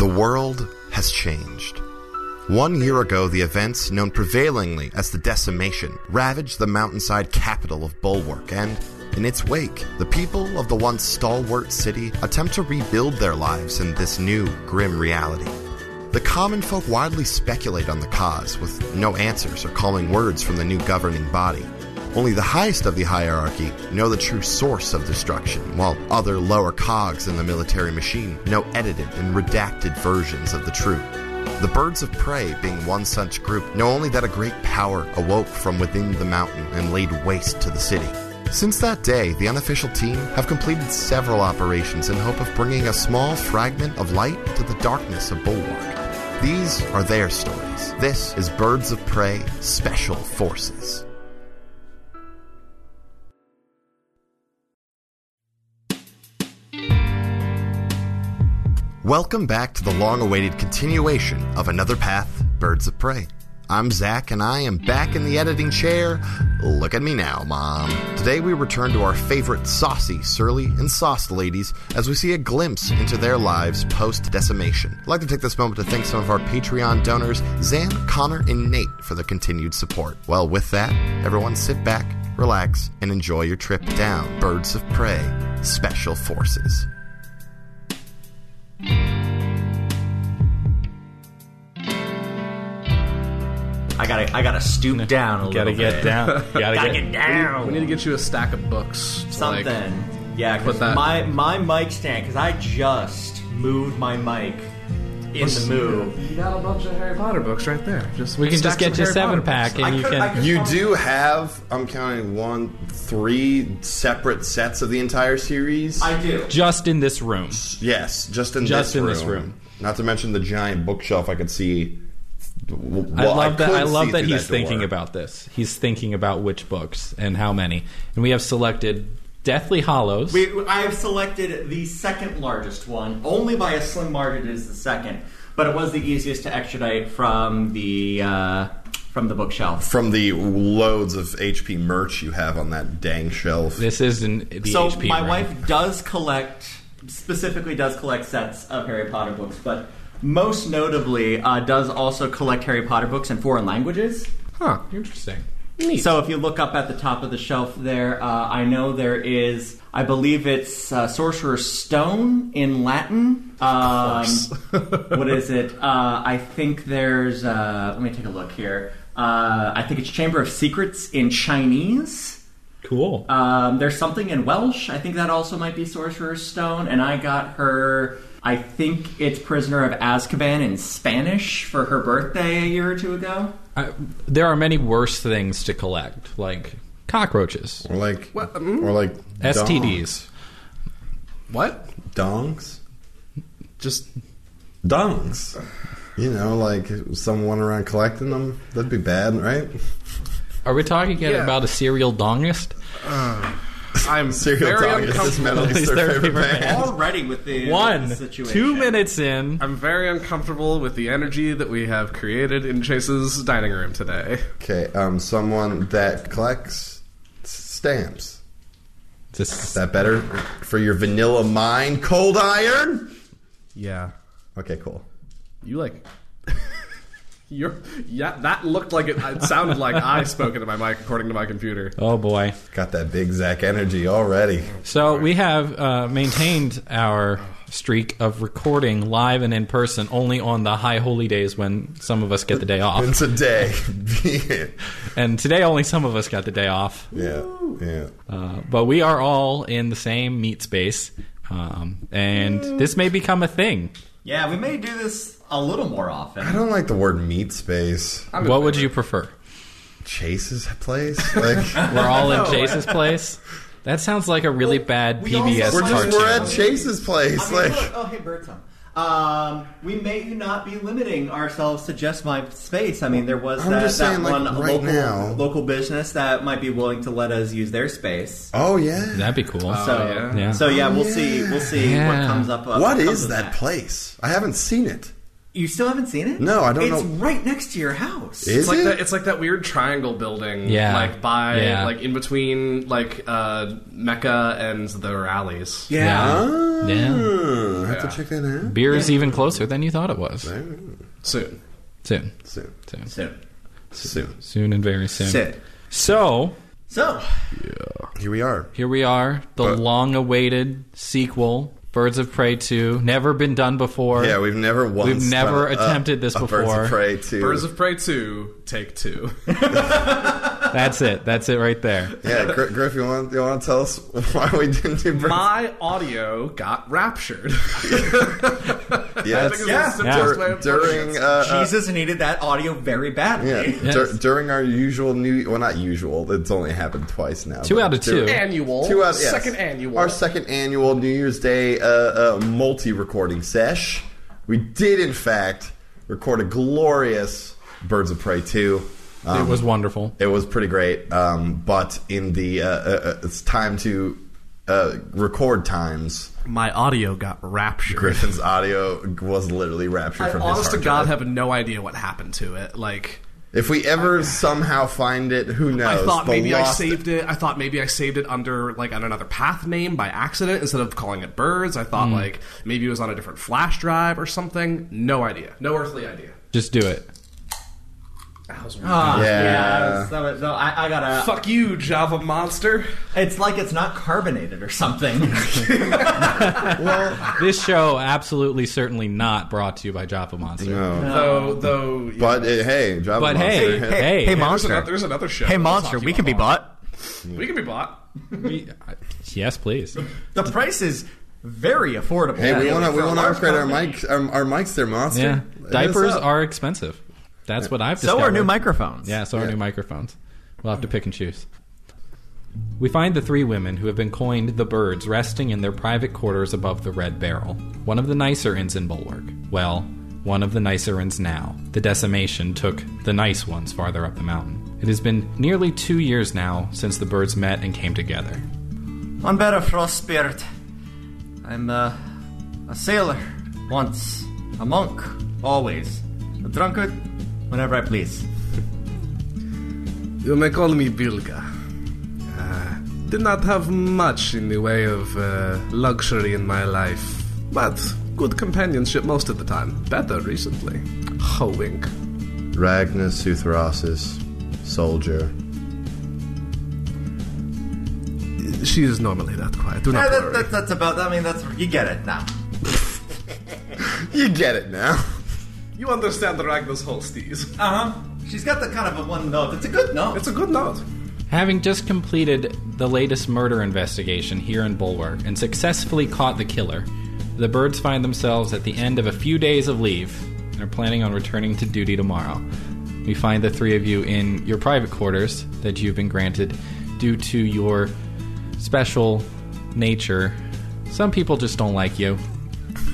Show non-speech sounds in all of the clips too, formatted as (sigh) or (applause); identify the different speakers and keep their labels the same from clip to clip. Speaker 1: The world has changed. One year ago, the events known prevailingly as the Decimation ravaged the mountainside capital of Bulwark, and in its wake, the people of the once stalwart city attempt to rebuild their lives in this new, grim reality. The common folk widely speculate on the cause, with no answers or calling words from the new governing body. Only the highest of the hierarchy know the true source of destruction, while other lower cogs in the military machine know edited and redacted versions of the truth. The Birds of Prey, being one such group, know only that a great power awoke from within the mountain and laid waste to the city. Since that day, the unofficial team have completed several operations in hope of bringing a small fragment of light to the darkness of Bulwark. These are their stories. This is Birds of Prey Special Forces. Welcome back to the long awaited continuation of Another Path Birds of Prey. I'm Zach, and I am back in the editing chair. Look at me now, Mom. Today we return to our favorite saucy, surly, and sauce ladies as we see a glimpse into their lives post decimation. I'd like to take this moment to thank some of our Patreon donors, Zan, Connor, and Nate, for their continued support. Well, with that, everyone sit back, relax, and enjoy your trip down Birds of Prey Special Forces.
Speaker 2: I gotta, I gotta
Speaker 3: (laughs)
Speaker 2: stoop down a
Speaker 4: Gotta
Speaker 2: little
Speaker 4: get
Speaker 2: bit.
Speaker 4: (laughs) down. Gotta,
Speaker 2: Gotta get
Speaker 4: get,
Speaker 2: down.
Speaker 3: We need to get you a stack of books. to, like-
Speaker 2: something. yeah, because
Speaker 3: put that-
Speaker 2: my my mic stand, because I just moved my mic in the move.
Speaker 3: you got a bunch of Harry Potter books right there. Just
Speaker 4: we can just
Speaker 3: stacks
Speaker 4: get
Speaker 3: of
Speaker 4: you a
Speaker 3: Harry Potter
Speaker 4: seven
Speaker 3: books.
Speaker 4: pack, and
Speaker 2: I
Speaker 4: you
Speaker 2: could- I
Speaker 4: can.
Speaker 2: could-
Speaker 1: You do have, I'm counting one, three separate sets of the entire series.
Speaker 2: I do.
Speaker 4: Just in this room.
Speaker 1: yes, just in,
Speaker 4: Just
Speaker 1: this,
Speaker 4: in
Speaker 1: room.
Speaker 4: this room.
Speaker 1: Not to mention the giant bookshelf I could see. Well,
Speaker 4: I love that.
Speaker 1: could
Speaker 4: I love
Speaker 1: see
Speaker 4: that
Speaker 1: through
Speaker 4: he's
Speaker 1: door.
Speaker 4: thinking about this. He's thinking about which books and how many. And we have selected Deathly Hollows.
Speaker 2: We, I have selected the second largest one, only by a slim margin. Is the second, but it was the easiest to extradite from the uh, from the bookshelf.
Speaker 1: from the loads of HP merch you have on that dang shelf.
Speaker 4: this isn't the
Speaker 2: so
Speaker 4: HP.
Speaker 2: my
Speaker 4: room.
Speaker 2: wife does collect specifically does collect sets of harry potter books but most notably uh, does also collect harry potter books in foreign languages
Speaker 4: Huh. Interesting.
Speaker 2: so if you look up at the top of the shelf there uh, i know there is i believe it's uh, sorcerer's stone in latin um, what is it uh, i think there's uh, let me take a look here uh, i think it's chamber of secrets in chinese
Speaker 4: Cool.
Speaker 2: um, there's something in Welsh. I think that also might be Sorcerer's Stone. And I got her, I think it's Prisoner of Azkaban in Spanish for her birthday a year or two ago.
Speaker 4: I, there are many worse things to collect, like cockroaches,
Speaker 1: or like, or
Speaker 4: mm.
Speaker 1: like
Speaker 4: STDs.
Speaker 3: What?
Speaker 1: dongs,
Speaker 3: Just
Speaker 1: dongs. You know, like someone around collecting them. That'd be bad, right? (laughs)
Speaker 4: Are we talking again
Speaker 3: Yeah.
Speaker 4: about a serial dongist?
Speaker 3: uh,
Speaker 1: (laughs)
Speaker 3: I'm
Speaker 1: Serial
Speaker 3: very
Speaker 1: dong is this
Speaker 4: (laughs)
Speaker 3: uncomfortable.
Speaker 1: metal's
Speaker 4: It's
Speaker 1: their favorite band.
Speaker 2: Already with the with
Speaker 4: One,
Speaker 2: the situation.
Speaker 4: two minutes in.
Speaker 3: I'm very uncomfortable with the energy that we have created in Chase's dining room today.
Speaker 1: Okay, um, someone that collects s- stamps. Is
Speaker 4: Just,
Speaker 1: that better for your vanilla mind? Cold iron.
Speaker 3: Yeah,
Speaker 1: Okay, cool.
Speaker 3: you like. (laughs) You're, yeah, that looked like it, it sounded like I spoke into my mic according to my computer.
Speaker 4: oh boy.
Speaker 1: Got that big Zach energy already.
Speaker 4: So we have uh, maintained our streak of recording live and in person only on the high holy days when some of us get the day off.
Speaker 1: It's a day. (laughs) yeah,
Speaker 4: And today only some of us got the day off.
Speaker 1: yeah.
Speaker 4: Uh, but we are all in the same meet space. Um, and this may become a thing.
Speaker 2: Yeah, we may do this a little more often.
Speaker 1: I don't like the word meat space.
Speaker 3: I'm in
Speaker 4: What would
Speaker 3: favor.
Speaker 4: you prefer?
Speaker 1: Chase's place. Like
Speaker 4: We're
Speaker 3: (laughs)
Speaker 4: all in Chase's place? That sounds like a really
Speaker 2: Well,
Speaker 4: bad
Speaker 2: we
Speaker 4: PBS
Speaker 2: also-
Speaker 1: we're just
Speaker 4: cartoon.
Speaker 1: we're at Chase's
Speaker 2: I
Speaker 1: place.
Speaker 2: mean,
Speaker 1: Like
Speaker 2: look- oh, hey, bird song. Um, we may not be limiting ourselves to just my space. I mean, there was
Speaker 1: I'm
Speaker 2: that,
Speaker 1: just
Speaker 2: that
Speaker 1: saying, like,
Speaker 2: one
Speaker 1: right
Speaker 2: local,
Speaker 1: now-
Speaker 2: local business that might be willing to let us use their space.
Speaker 1: oh yeah.
Speaker 4: That'd be cool.
Speaker 3: Uh,
Speaker 2: So
Speaker 3: yeah.
Speaker 4: Oh, Yeah.
Speaker 2: so yeah, we'll see we'll see what
Speaker 4: Yeah.
Speaker 2: comes up. Uh,
Speaker 1: What
Speaker 2: comes
Speaker 1: is
Speaker 2: of
Speaker 1: that place? I haven't seen it.
Speaker 2: You still haven't seen it?
Speaker 1: No, I don't
Speaker 2: it's
Speaker 1: know.
Speaker 2: right next to your house.
Speaker 1: Is
Speaker 3: It's like
Speaker 1: it?
Speaker 3: that. It's like that weird triangle building,
Speaker 4: Yeah.
Speaker 3: like by,
Speaker 4: Yeah.
Speaker 3: like in between, like uh, Mecca and the rallies.
Speaker 2: yeah.
Speaker 4: Yeah.
Speaker 1: Ah,
Speaker 4: Yeah.
Speaker 1: Have have to check that out.
Speaker 4: Beer is even closer than you thought it was.
Speaker 3: soon.
Speaker 4: Soon,
Speaker 1: Soon.
Speaker 4: soon,
Speaker 2: So,
Speaker 1: Soon.
Speaker 4: soon, and very soon.
Speaker 2: so,
Speaker 4: So
Speaker 2: so
Speaker 1: Uh, Here we are.
Speaker 4: here we are, the
Speaker 1: But-
Speaker 4: long-awaited sequel, Birds of Prey Two. Never been done before.
Speaker 1: Yeah, we've never once
Speaker 4: We've never
Speaker 1: done a-
Speaker 4: attempted this
Speaker 1: a Birds
Speaker 4: before.
Speaker 1: of Prey to
Speaker 3: Birds of Prey 2, take two.
Speaker 4: That's it. That's it right there.
Speaker 1: (laughs) yeah. Gr- Griff, you want you want to tell us (laughs) why we didn't do Birds?
Speaker 3: My audio got raptured.
Speaker 1: (laughs) yeah,
Speaker 3: Because
Speaker 2: Yeah.
Speaker 3: it's the
Speaker 4: Yeah.
Speaker 3: best way of putting it.
Speaker 1: during uh, uh,
Speaker 2: Jesus needed that audio very
Speaker 1: yeah
Speaker 2: badly.
Speaker 1: dur-
Speaker 4: Yes.
Speaker 1: during our usual new well not usual it's only happened twice now.
Speaker 4: Two
Speaker 1: but
Speaker 4: out of
Speaker 1: dur-
Speaker 4: two.
Speaker 3: annual,
Speaker 1: Two out yes.
Speaker 3: second annual.
Speaker 1: Our second annual New Year's Day uh, uh, multi-recording sesh. We did in fact record a glorious Birds of Prey two. Um,
Speaker 4: It was wonderful.
Speaker 1: It was pretty great, um, but in the uh, uh, uh, it's time to uh, record
Speaker 3: (laughs)
Speaker 1: times.
Speaker 3: My audio got raptured.
Speaker 1: Griffin's audio was literally raptured
Speaker 3: I
Speaker 1: from his
Speaker 3: honest to
Speaker 1: hard
Speaker 3: God
Speaker 1: drive.
Speaker 3: have no idea what happened to it. Like
Speaker 1: If we ever somehow find it, who knows?
Speaker 3: I thought
Speaker 1: The
Speaker 3: maybe I
Speaker 1: lost-
Speaker 3: saved it. I thought maybe I saved it under like on another path name by accident instead of calling it birds. I
Speaker 2: Hmm.
Speaker 3: thought like maybe it was on a different flash drive or something. No idea. No earthly idea.
Speaker 4: Just do it.
Speaker 3: That was
Speaker 2: (laughs) Ah,
Speaker 1: Yeah.
Speaker 2: yeah, so, so I, I gotta.
Speaker 3: Fuck you, Java monster.
Speaker 2: It's like it's not carbonated
Speaker 1: (laughs)
Speaker 2: or something.
Speaker 4: This show absolutely certainly not brought to you by Java Monster.
Speaker 1: No.
Speaker 3: Though though yeah.
Speaker 1: But uh, hey, Java
Speaker 4: But
Speaker 1: Monster
Speaker 4: hey,
Speaker 1: hit-
Speaker 4: hey,
Speaker 2: hey,
Speaker 4: hey,
Speaker 3: there's
Speaker 2: monster.
Speaker 3: another, there's another show.
Speaker 2: Hey,
Speaker 3: we'll
Speaker 2: monster,
Speaker 3: talk to
Speaker 2: we
Speaker 3: you
Speaker 2: can be
Speaker 3: about.
Speaker 2: bought.
Speaker 3: We can be bought.
Speaker 4: yes, please.
Speaker 2: The price is very affordable.
Speaker 1: hey, we
Speaker 2: Yeah.
Speaker 1: want to we
Speaker 2: For a
Speaker 1: want to
Speaker 2: large
Speaker 1: upgrade our
Speaker 2: company.
Speaker 1: mics. um, Our, our mics, they're monster.
Speaker 4: Yeah,
Speaker 1: Hit us
Speaker 4: diapers
Speaker 1: up.
Speaker 4: are expensive. That's what I've
Speaker 2: So
Speaker 4: discovered.
Speaker 2: are new microphones.
Speaker 4: Yeah, so our
Speaker 1: Yeah.
Speaker 4: new microphones. We'll have to pick and choose. We find the three women who have been coined the birds resting in their private quarters above the red barrel. One of the nicer inns in Bulwark. Well, one of the nicer inns now. The decimation took the nice ones farther up the mountain. It has been nearly two years now since the birds met and came together.
Speaker 2: One better frost spirit. I'm uh, a sailor once, a monk always, a drunkard whenever I please.
Speaker 3: You may call me Bilga. Uh, did not have much in the way of uh, luxury in my life, but good companionship most of the time. Better recently. Ho wink.
Speaker 1: Ragnus Suthrasis, soldier.
Speaker 3: She is normally that quiet. Do not
Speaker 2: Yeah, that,
Speaker 3: worry.
Speaker 2: that, that's about. I mean, that's you get it now.
Speaker 1: You get it now. (laughs)
Speaker 3: You understand Ragnar's Holsties.
Speaker 2: Uh huh. She's got the kind of a one note. It's a good note.
Speaker 3: (laughs) It's a good note.
Speaker 4: Having just completed the latest murder investigation here in Bulwark and successfully caught the killer, the birds find themselves at the end of a few days of leave and are planning on returning to duty tomorrow. We find the three of you in your private quarters that you've been granted due to your special nature. Some people just don't like
Speaker 3: (laughs)
Speaker 4: you.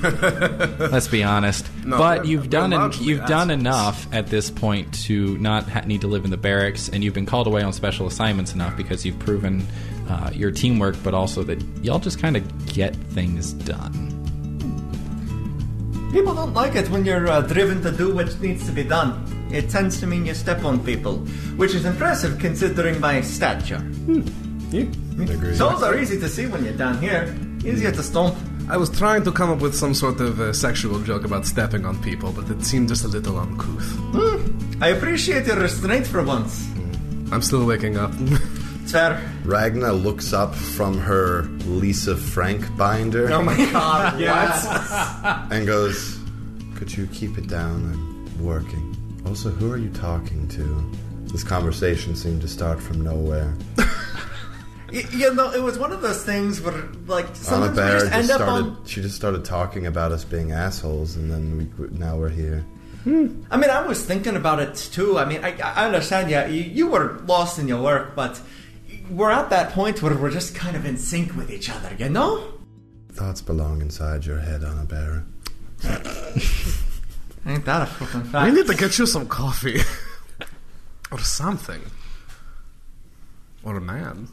Speaker 4: Let's be honest. but
Speaker 3: we're-
Speaker 4: you've
Speaker 3: we're
Speaker 4: done an,
Speaker 3: largely
Speaker 4: you've done
Speaker 3: assholes.
Speaker 4: enough at this point to not ha- need to live in the barracks, and you've been called away on special assignments enough because you've proven uh, your teamwork, but also that y'all just kind of get things done.
Speaker 2: People don't like it when you're uh, driven to do what needs to be done. It tends to mean you step on people, which is impressive considering my stature. Hmm.
Speaker 1: Agreed.
Speaker 2: Souls are easy to see when you're down here. Easier to stomp.
Speaker 3: I was trying to come up with some sort of uh, sexual joke about stepping on people, but it seemed just a little uncouth.
Speaker 2: I appreciate your restraint for once.
Speaker 3: I'm still waking up. (laughs)
Speaker 2: It's fair.
Speaker 1: Ragna looks up from her Lisa Frank binder
Speaker 2: Oh my
Speaker 4: (laughs)
Speaker 2: god, yes.
Speaker 1: and goes, "Could you keep it down? I'm working." Also, who are you talking to? This conversation seemed to start from nowhere.
Speaker 2: Y- you know, it was one of those things where, like,
Speaker 1: Anna
Speaker 2: sometimes we
Speaker 1: Bear
Speaker 2: just
Speaker 1: just
Speaker 2: end up
Speaker 1: started.
Speaker 2: on.
Speaker 1: She just started talking about us being assholes, and then we now we're here.
Speaker 2: I mean, I was thinking about it too. I mean, I, I understand, yeah, you, you were lost in your work, but we're at that point where we're just kind of in sync with each other, you know?
Speaker 1: Thoughts belong inside your head, Anna Bear.
Speaker 2: Ain't that a fucking fact?
Speaker 3: We need to get you some coffee. (laughs) or something. Or a man.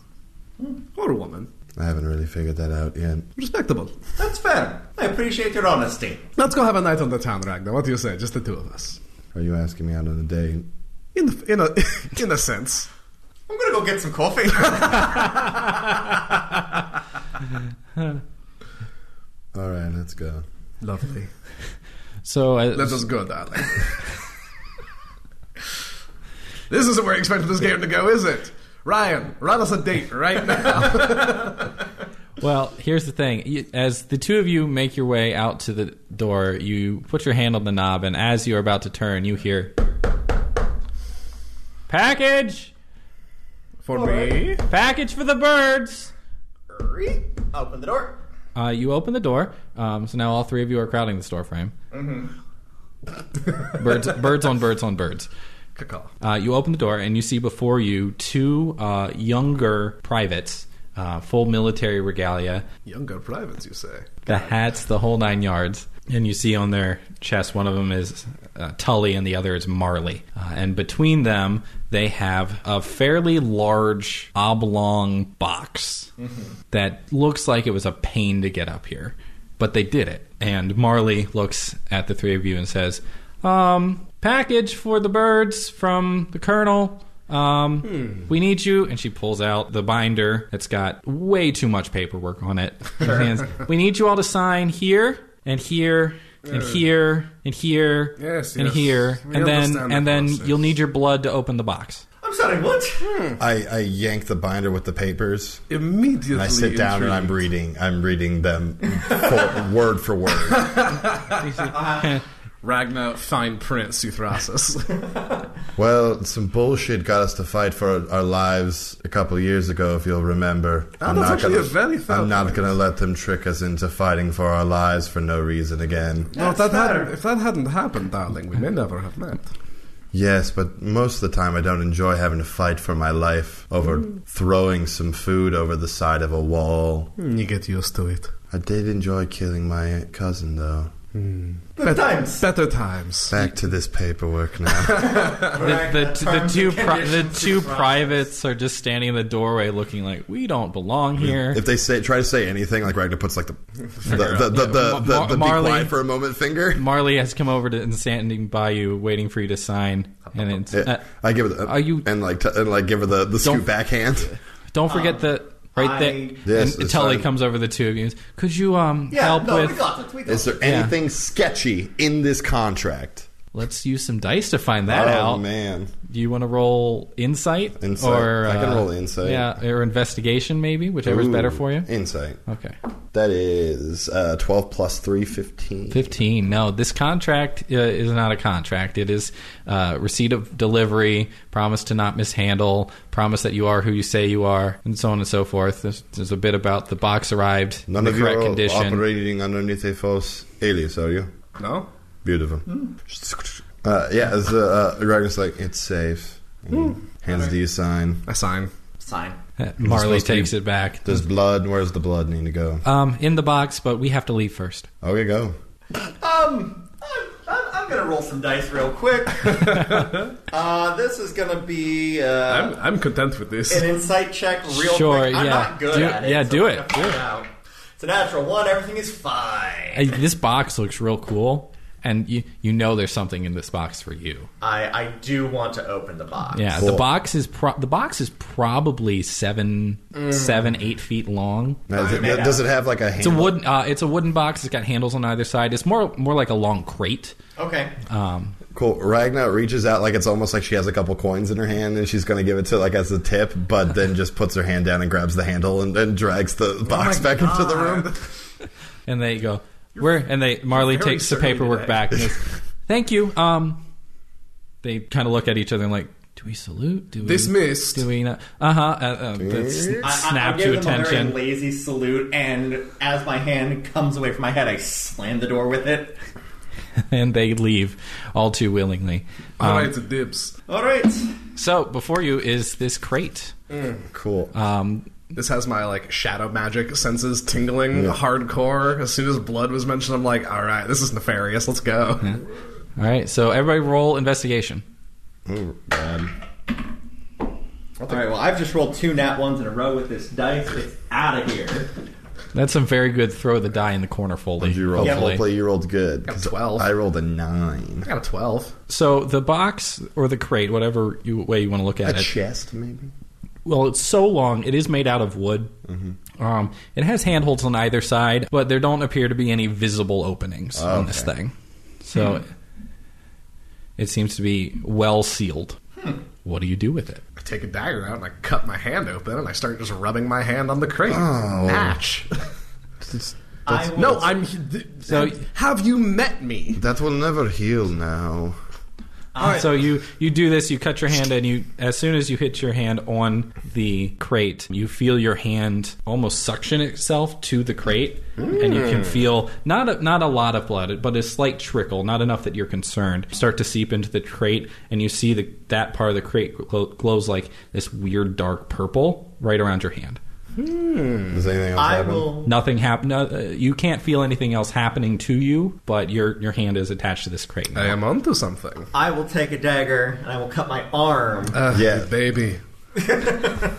Speaker 3: Or a woman.
Speaker 1: I haven't really figured that out yet.
Speaker 3: Respectable.
Speaker 2: That's fair. I appreciate your honesty.
Speaker 3: Let's go have a night on the town, Ragnar. What do you say? Just the two of us.
Speaker 1: Are you asking me out on a date?
Speaker 3: In, the, in, a, (laughs) in a sense.
Speaker 2: I'm gonna go get some coffee. (laughs)
Speaker 1: All right, let's go.
Speaker 3: Lovely.
Speaker 4: So uh,
Speaker 3: Let us go, darling. (laughs) this isn't where you expected this game to go, is it? Ryan, run us a date right now.
Speaker 4: Well, here's the thing. You- As the two of you make your way out to the door, you put your hand on the knob, and as you're about to turn, you hear Package!
Speaker 3: (laughs) For me?
Speaker 4: Package for the birds!
Speaker 2: Open the door.
Speaker 4: Uh, you open the door, um, so now all three of you are crowding the store frame. Mm-hmm. birds, birds on birds on birds.
Speaker 3: Caw-caw.
Speaker 4: Uh, you open the door and you see before you two uh, younger privates, uh, full military regalia,
Speaker 3: Younger privates, you say?
Speaker 4: the hats, the whole nine yards. And you see on their chest, one of them is uh, Tully and the other is Marley. Uh, and between them, they have a fairly large oblong box that looks like it was a pain to get up here. But they did it. And Marley looks at the three of you and says, um, Package for the birds from the Colonel. Um,
Speaker 3: Hmm.
Speaker 4: we need you. And she pulls out the binder that's got way too much paperwork on it. (laughs) And hands, we need you all to sign here and here and here and here
Speaker 3: Yes,
Speaker 4: and
Speaker 3: yes.
Speaker 4: here.
Speaker 3: We
Speaker 4: and then,
Speaker 3: understand the
Speaker 4: and then
Speaker 3: process.
Speaker 4: you'll need your blood to open the box.
Speaker 2: I'm sorry, what?
Speaker 1: I, I yank the binder with the papers.
Speaker 3: Immediately.
Speaker 1: And I sit down and I'm
Speaker 3: intrigued.
Speaker 1: reading. I'm reading them (laughs) for, word for word.
Speaker 3: Ragnar, fine print, (laughs) Suthrasis.
Speaker 1: Well, some bullshit got us to fight for our lives a couple years ago, if you'll remember.
Speaker 3: Oh, that's actually
Speaker 1: gonna,
Speaker 3: a very fair
Speaker 1: I'm not
Speaker 3: point.
Speaker 1: going to let them trick us into fighting for our lives for no reason again.
Speaker 3: no, if that, hadn't, if that hadn't happened, darling, we may never have met.
Speaker 1: Yes, but most of the time I don't enjoy having to fight for my life over
Speaker 3: Hmm.
Speaker 1: throwing some food over the side of a wall.
Speaker 3: Hmm, You get used to it.
Speaker 1: I did enjoy killing my cousin, though.
Speaker 3: Better
Speaker 2: times.
Speaker 3: Better times.
Speaker 1: Back to this paperwork
Speaker 4: (laughs)
Speaker 1: now.
Speaker 4: The, the, t- the
Speaker 2: Terms
Speaker 4: two,
Speaker 2: and
Speaker 4: pri- the
Speaker 2: conditions
Speaker 4: two
Speaker 2: (laughs) to process.
Speaker 4: privates are just standing in the doorway looking like, we don't belong
Speaker 3: Hmm.
Speaker 4: here.
Speaker 1: if they say try to say anything, like Ragnar puts like the the the the, the,
Speaker 4: Mar-
Speaker 1: the, the, be
Speaker 4: Marley.
Speaker 1: quiet for a moment finger.
Speaker 4: Marley has come over to and standing by you, waiting for you to sign. And it's, uh,
Speaker 1: I give her the
Speaker 4: are you-
Speaker 1: and like t- and like give her the the
Speaker 4: Don't-
Speaker 1: scoop backhand.
Speaker 4: don't forget the right
Speaker 2: Um, I-
Speaker 4: there.
Speaker 1: Yes,
Speaker 4: and
Speaker 1: it's
Speaker 4: Tully
Speaker 1: fine.
Speaker 4: comes over the two of you. and says, Could you um
Speaker 2: Yeah,
Speaker 4: help
Speaker 2: no, we
Speaker 4: with?
Speaker 2: got it. We got
Speaker 1: Is
Speaker 2: it.
Speaker 1: there anything sketchy in this contract?
Speaker 4: Let's use some dice to find that
Speaker 1: oh
Speaker 4: out.
Speaker 1: man,
Speaker 4: Do you want to roll insight?
Speaker 1: Insight.
Speaker 4: Or, uh,
Speaker 1: I can roll insight.
Speaker 4: Yeah, or investigation maybe, whichever's
Speaker 1: Ooh,
Speaker 4: better for you.
Speaker 1: Insight.
Speaker 4: Okay.
Speaker 1: That is uh, twelve plus three, fifteen.
Speaker 4: 15. No, this contract uh, is not a contract. It is uh, receipt of delivery, promise to not mishandle, promise that you are who you say you are, and so on and so forth. There's, there's a bit about the box arrived
Speaker 1: None
Speaker 4: in
Speaker 1: of
Speaker 4: the
Speaker 1: you
Speaker 4: correct
Speaker 1: are
Speaker 4: condition.
Speaker 1: operating underneath a false alias, are you?
Speaker 3: No?
Speaker 1: Beautiful. Uh, yeah, as uh, uh, Ragnar's like, it's safe. Hands the sign.
Speaker 3: I sign.
Speaker 2: Sign.
Speaker 4: Uh, Marley
Speaker 1: supposed to
Speaker 4: takes it back.
Speaker 1: There's blood. Where's the blood need to go?
Speaker 4: Um, in the box, but we have to leave first.
Speaker 1: Okay, go.
Speaker 2: Um, I'm, I'm, I'm gonna roll some dice real
Speaker 4: (laughs)
Speaker 2: quick. uh, this is gonna be uh,
Speaker 3: I'm, I'm content with this.
Speaker 2: an insight check real
Speaker 4: Sure,
Speaker 2: quick. I'm
Speaker 4: yeah.
Speaker 2: not good
Speaker 4: Do-
Speaker 2: at it.
Speaker 4: yeah,
Speaker 2: so
Speaker 4: do
Speaker 2: I'm
Speaker 4: it.
Speaker 2: gonna find out. It's a natural one. Everything is fine.
Speaker 4: Hey, this box looks real cool, and you, you know there's something in this box for you.
Speaker 2: I, I do want to open the box.
Speaker 4: Yeah, the
Speaker 1: Cool.
Speaker 4: box is pro- the box is probably seven, seven, eight feet long.
Speaker 1: Now, does, it, does it have like a hand?
Speaker 4: It's a wooden. Uh, it's a wooden box. It's got handles on either side. It's more more like a long crate.
Speaker 2: Okay.
Speaker 1: Cool. Ragnar reaches out like it's almost like she has a couple coins in her hand and she's going to give it to like as a tip, but then just puts her hand down and grabs the handle and, and drags
Speaker 2: Oh
Speaker 1: the box back into the room.
Speaker 4: And they go, "Where?" And they Marley
Speaker 3: very
Speaker 4: takes the
Speaker 3: surly
Speaker 4: paperwork
Speaker 3: today.
Speaker 4: back. And goes,
Speaker 2: (laughs)
Speaker 4: Thank you. Um, they kind of look at each other and like, "Do we salute? Do we
Speaker 3: Dismissed.
Speaker 4: Do we not?" Uh huh. Uh, uh, but s-
Speaker 2: I, I-
Speaker 4: snap
Speaker 2: I
Speaker 4: to
Speaker 2: give them a
Speaker 4: attention.
Speaker 2: very lazy salute, and as my hand comes away from my head, I slam the door with it.
Speaker 4: (laughs) and they leave all too willingly. Uh,
Speaker 3: All right, to dibs.
Speaker 2: All right.
Speaker 4: So before you is this crate.
Speaker 1: Cool.
Speaker 4: Um,
Speaker 3: This has my like shadow magic senses tingling hardcore. As soon as blood was mentioned, I'm like, all right, this is nefarious. Let's go.
Speaker 4: all right. So everybody roll investigation.
Speaker 1: Ooh, bad.
Speaker 2: All right. Well, I've just rolled two nat ones in a row with this dice. It's out of here.
Speaker 4: That's some very good throw the die in the corner folding.
Speaker 1: You rolled,
Speaker 4: hopefully.
Speaker 1: hopefully you rolled good.
Speaker 3: Got 12.
Speaker 1: I rolled a nine.
Speaker 3: I got a twelve.
Speaker 4: So the box or the crate, whatever you, way you want to look at
Speaker 1: A
Speaker 4: it.
Speaker 1: chest, maybe?
Speaker 4: Well, it's so long; it is made out of wood,
Speaker 1: Mm-hmm.
Speaker 4: Um, it has handholds on either side, but there don't appear to be any visible openings on this
Speaker 1: Oh, Okay. Hmm.
Speaker 4: thing. So it, it seems to be well sealed.
Speaker 1: Hmm.
Speaker 4: What do you do with it?
Speaker 3: I take a dagger out and I cut my hand open and I start just rubbing my hand on the crate. Match.
Speaker 2: I will-
Speaker 3: no, I'm. Th-
Speaker 4: So-
Speaker 3: have you met me?
Speaker 1: That will never heal now.
Speaker 4: So you you do this, you cut your hand, and you as soon as you hit your hand on the crate, you feel your hand almost suction itself to the crate, and you can feel not a, not a lot of blood, but a slight trickle, not enough that you're concerned, start to seep into the crate, and you see the, that part of the crate glo- glows like this weird dark purple right around your hand.
Speaker 1: Does anything else
Speaker 2: I
Speaker 1: happen?
Speaker 2: will.
Speaker 4: Nothing happen. No, uh, you can't feel anything else happening to you, but your your hand is attached to this crate. now.
Speaker 3: I am onto something.
Speaker 2: I will take a dagger and I will cut my arm.
Speaker 3: Uh,
Speaker 1: Yeah.
Speaker 3: baby.
Speaker 2: I,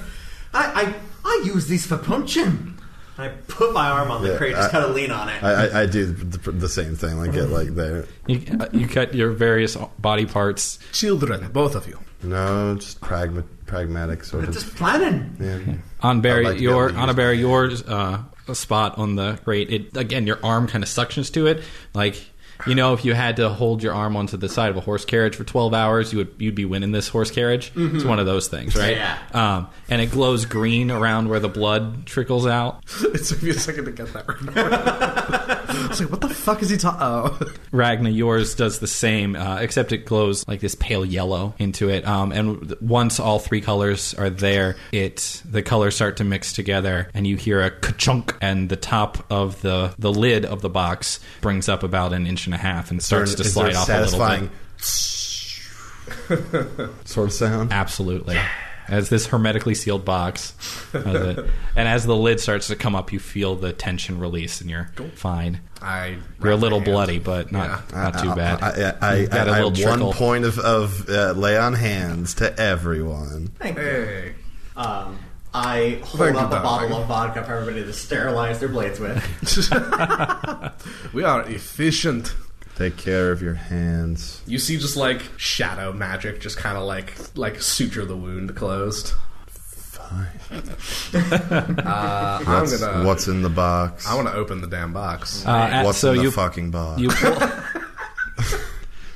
Speaker 2: I I use these for punching. And I put my arm on the
Speaker 1: Yeah,
Speaker 2: crate, just
Speaker 1: I-
Speaker 2: kind of lean on it.
Speaker 1: I, I, I do the, the same thing. Like get like there.
Speaker 4: You, uh, you cut your various body parts.
Speaker 3: Children, both of you. (laughs)
Speaker 1: No, just pragma, pragmatic sort
Speaker 2: It's
Speaker 1: of.
Speaker 2: just planning.
Speaker 1: yeah.
Speaker 4: On Barry,
Speaker 1: I'd like to be
Speaker 4: your
Speaker 1: able to use
Speaker 4: on a Barry, your uh, spot on the grate. It again, your arm kind of suctions to it. Like you know, if you had to hold your arm onto the side of a horse carriage for twelve hours, you would you'd be winning this horse carriage.
Speaker 1: Mm-hmm.
Speaker 4: It's one of those things, right?
Speaker 2: Yeah.
Speaker 4: Um, and it glows green around where the blood trickles out.
Speaker 3: It took me a second to get that right. (laughs) it's like, what the fuck is he talking? Oh,
Speaker 4: Ragna, yours does the same, uh, except it glows like this pale yellow into it. Um, and once all three colors are there, it the colors start to mix together, and you hear a ka-chunk, and the top of the the lid of the box brings up about an inch and a half and starts to
Speaker 1: Is there
Speaker 4: slide off a little
Speaker 1: satisfying
Speaker 4: bit.
Speaker 2: (laughs)
Speaker 1: sort of sound.
Speaker 4: Absolutely. As this hermetically sealed box,
Speaker 1: (laughs)
Speaker 4: as it- and as the lid starts to come up, you feel the tension release, and you're fine.
Speaker 3: I.
Speaker 4: You're a little
Speaker 3: wrapped my hand.
Speaker 4: bloody, but not not too bad.
Speaker 1: I, I, I,
Speaker 4: You've got a
Speaker 1: I- I
Speaker 4: little
Speaker 1: have
Speaker 4: trickle.
Speaker 1: one point of, of uh, lay on hands to everyone.
Speaker 2: Thank you.
Speaker 3: Hey.
Speaker 2: Um, I hold
Speaker 3: Thank you,
Speaker 2: up a bottle
Speaker 3: darling.
Speaker 2: of vodka for everybody to sterilize their blades with.
Speaker 3: we are efficient.
Speaker 1: Take care of your hands.
Speaker 3: You see, just like shadow magic, just kind of like like suture the wound closed.
Speaker 1: (laughs) Fine.
Speaker 3: Uh, I'm
Speaker 1: What's,
Speaker 3: gonna.
Speaker 1: what's in the box?
Speaker 3: I want to open the damn box.
Speaker 4: Uh, at-
Speaker 1: what's
Speaker 4: so
Speaker 1: in the
Speaker 4: you
Speaker 1: fucking box?
Speaker 3: (laughs)
Speaker 4: You pull.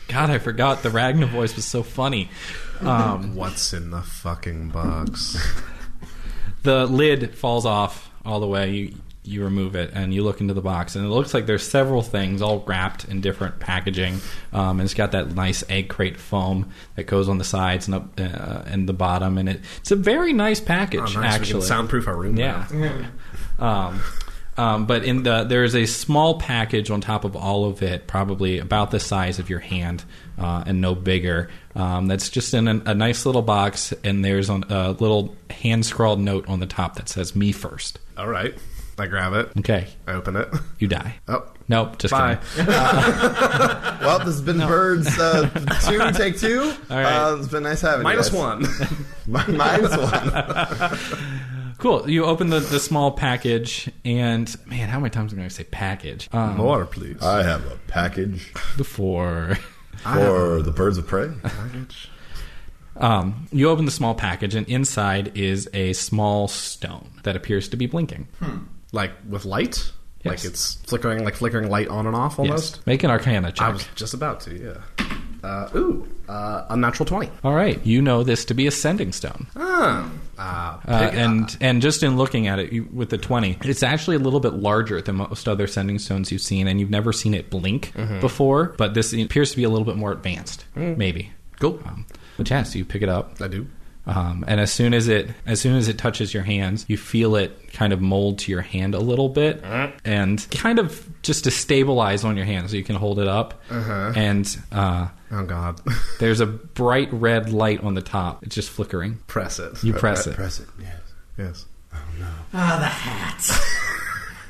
Speaker 4: God, I forgot the Ragnar voice was so funny. Um,
Speaker 3: what's in the fucking (laughs) box?
Speaker 4: the lid falls off all the way. You you remove it and you look into the box, and it looks like there's several things all wrapped in different packaging. Um, and it's got that nice egg crate foam that goes on the sides and up uh, and the bottom, and it, it's a very nice package
Speaker 3: Oh, nice, we can
Speaker 4: actually.
Speaker 3: soundproof our room.
Speaker 4: Yeah.
Speaker 3: now. (laughs)
Speaker 4: um, um, but in the there is a small package on top of all of it, probably about the size of your hand uh, and no bigger. Um, that's just in an, a nice little box, and there's an, a little hand scrawled note on the top that says "Me first.
Speaker 3: All right. I grab it.
Speaker 4: Okay,
Speaker 3: I open it. (laughs)
Speaker 4: you die.
Speaker 3: Oh.
Speaker 4: Nope, just
Speaker 3: Bye.
Speaker 4: kidding.
Speaker 1: well, this has been Birds
Speaker 4: (laughs)
Speaker 1: uh, 2, take 2.
Speaker 4: All right.
Speaker 1: Uh, it's been nice having
Speaker 3: Minus
Speaker 1: you. guys.
Speaker 3: one.
Speaker 1: (laughs) Mi- Minus one.
Speaker 4: Cool. You open the, the small package, and man, how many times am I going to say package? Um,
Speaker 3: (laughs) More, please.
Speaker 1: I have a package
Speaker 4: before. (laughs)
Speaker 1: for the Birds of Prey.
Speaker 4: Um, you open the small package, and inside is a small stone that appears to be blinking.
Speaker 3: like with light.
Speaker 4: Yes.
Speaker 3: Like it's flickering, like flickering light on and off almost.
Speaker 4: Yes. Make an Arcana check.
Speaker 3: I was just about to. Yeah. Uh, ooh, uh, unnatural twenty.
Speaker 4: All right, you know this to be a sending stone,
Speaker 3: Oh. Uh,
Speaker 4: uh, and and just in looking at it you, with the twenty, it's actually a little bit larger than most other sending stones you've seen, and you've never seen it blink
Speaker 3: Mm-hmm.
Speaker 4: before. But this appears to be a little bit more advanced, maybe.
Speaker 3: Mm. Cool.
Speaker 4: Um, but yeah, so you pick it up,
Speaker 3: I do.
Speaker 4: um, and as soon as it as soon as it touches your hands, you feel it kind of mold to your hand a little bit,
Speaker 3: Uh-huh.
Speaker 4: and kind of just to stabilize on your hand, so you can hold it up,
Speaker 3: Uh-huh.
Speaker 4: and. Uh,
Speaker 3: Oh God. (laughs)
Speaker 4: There's a bright red light on the top. It's just flickering.
Speaker 3: Press it.
Speaker 4: You press it.
Speaker 1: Press it, yes.
Speaker 3: Yes.
Speaker 2: Ah, the hat.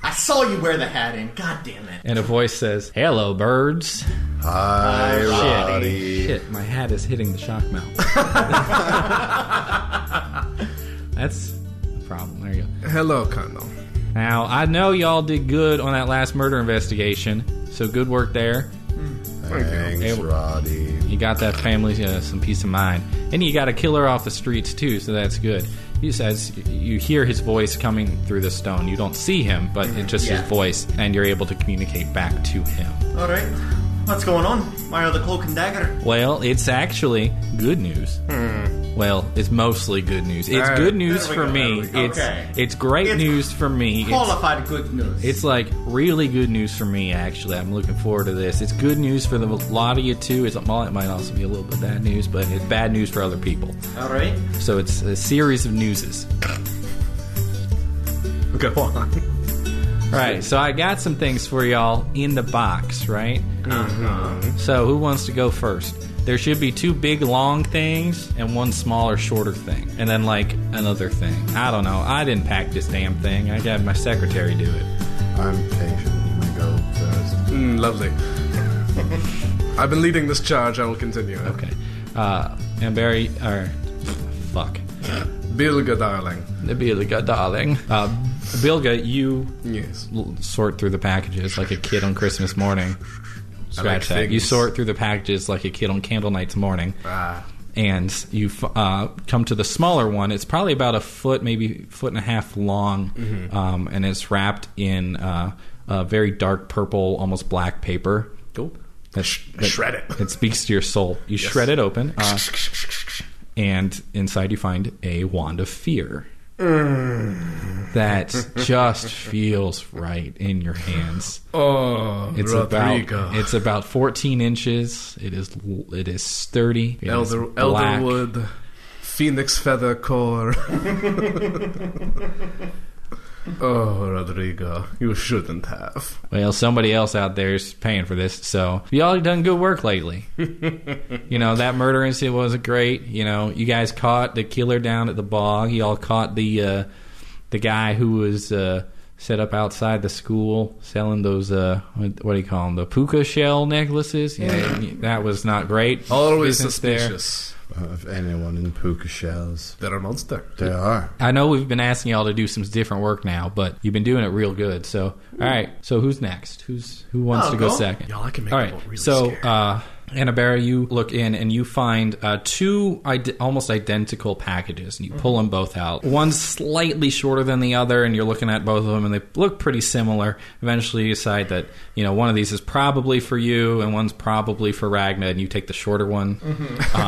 Speaker 2: I saw you wear the hat in. God damn it.
Speaker 4: And a voice says, Hello, birds.
Speaker 1: Hi, Roddy.
Speaker 4: Shit, my hat is hitting the shock mount. (laughs) That's a problem. There you go.
Speaker 3: Hello, Colonel.
Speaker 4: Now, I know y'all did good on that last murder investigation, so good work there.
Speaker 1: Thanks, Roddy.
Speaker 4: You got that family uh, some peace of mind. And you got a killer off the streets, too, so that's good. He says you hear his voice coming through the stone. You don't see him, but it's just
Speaker 2: Yeah.
Speaker 4: his voice, and you're able to communicate back to him.
Speaker 2: All right. What's going on? Why are the cloak and dagger?
Speaker 4: Well, it's actually good news. Well, it's mostly good news. It's
Speaker 3: Alright.
Speaker 4: good news
Speaker 2: Hmm. There we
Speaker 4: for
Speaker 2: go. There
Speaker 4: me.
Speaker 2: we go.
Speaker 4: It's
Speaker 2: Okay.
Speaker 4: it's great
Speaker 2: It's
Speaker 4: news for me. It's-
Speaker 2: Qualified good news.
Speaker 4: It's like really good news for me, actually. I'm looking forward to this. It's good news for the lot of you too. It's well, it might also be a little bit bad news, but it's bad news for other people.
Speaker 2: all right.
Speaker 4: So it's a series of newses.
Speaker 3: Go (laughs) on.
Speaker 4: Right. So I got some things for y'all in the box, right? Um, So who wants to go first? There should be two big long things and one smaller shorter thing, and then like another thing. I don't know. I didn't pack this damn thing. I got my secretary do it.
Speaker 5: I'm patient. You may go first.
Speaker 3: Mm, lovely. I've been leading this charge. I will continue.
Speaker 4: Okay. Uh, and Barry, or fuck,
Speaker 3: Bilga, darling.
Speaker 4: the Bilga, darling. Uh, Bilga, you
Speaker 3: Yes.
Speaker 4: l- sort through the packages like a kid on Christmas morning. Scratch that. You
Speaker 3: figs.
Speaker 4: sort through the packages like a kid on candle night's morning,
Speaker 3: Ah.
Speaker 4: and you f- uh, come to the smaller one. It's probably about a foot, maybe foot and a half long,
Speaker 3: Mm-hmm.
Speaker 4: um, and it's wrapped in uh, a very dark purple, almost black paper.
Speaker 3: Cool.
Speaker 4: That, that-
Speaker 3: shred it.
Speaker 4: It speaks to your soul. You shred it open,
Speaker 3: (laughs)
Speaker 4: uh, and inside you find a wand of fear.
Speaker 3: Mm.
Speaker 4: That just feels right in your hands.
Speaker 3: Oh,
Speaker 4: It's
Speaker 3: Rodrigo.
Speaker 4: about it's about 14 inches. It is l- it is sturdy. It is
Speaker 3: Elder,
Speaker 4: black.
Speaker 3: Elderwood, Phoenix Feather
Speaker 4: (laughs)
Speaker 3: Core. oh, Rodrigo, you shouldn't have.
Speaker 4: Well, somebody else out there is paying for this, so y'all done good work
Speaker 3: (laughs)
Speaker 4: lately. you know that murder incident was great. You know you guys caught the killer down at the bog. Y'all caught the uh, the guy who was uh, set up outside the school selling those uh, what what do you call them the puka shell necklaces.
Speaker 3: (laughs)
Speaker 4: Yeah, that was not great.
Speaker 3: Always
Speaker 4: business there.
Speaker 3: suspicious.
Speaker 5: Of anyone in puka shells.
Speaker 3: They're a monster.
Speaker 5: They are.
Speaker 4: I know we've been asking y'all to do some different work now, but you've been doing it real good. So, all right. So who's next? Who's who wants
Speaker 2: I'll
Speaker 4: to go,
Speaker 2: go.
Speaker 4: second?
Speaker 3: Y'all, I can make
Speaker 4: all
Speaker 3: people really
Speaker 4: so,
Speaker 3: scared.
Speaker 4: uh, Annabera, you look in and you find uh, two ide- almost identical packages, and you pull them both out. One's slightly shorter than the other, and you're looking at both of them, and they look pretty similar. Eventually, you decide that you know one of these is probably for you, and one's probably for Ragna, and you take the shorter one.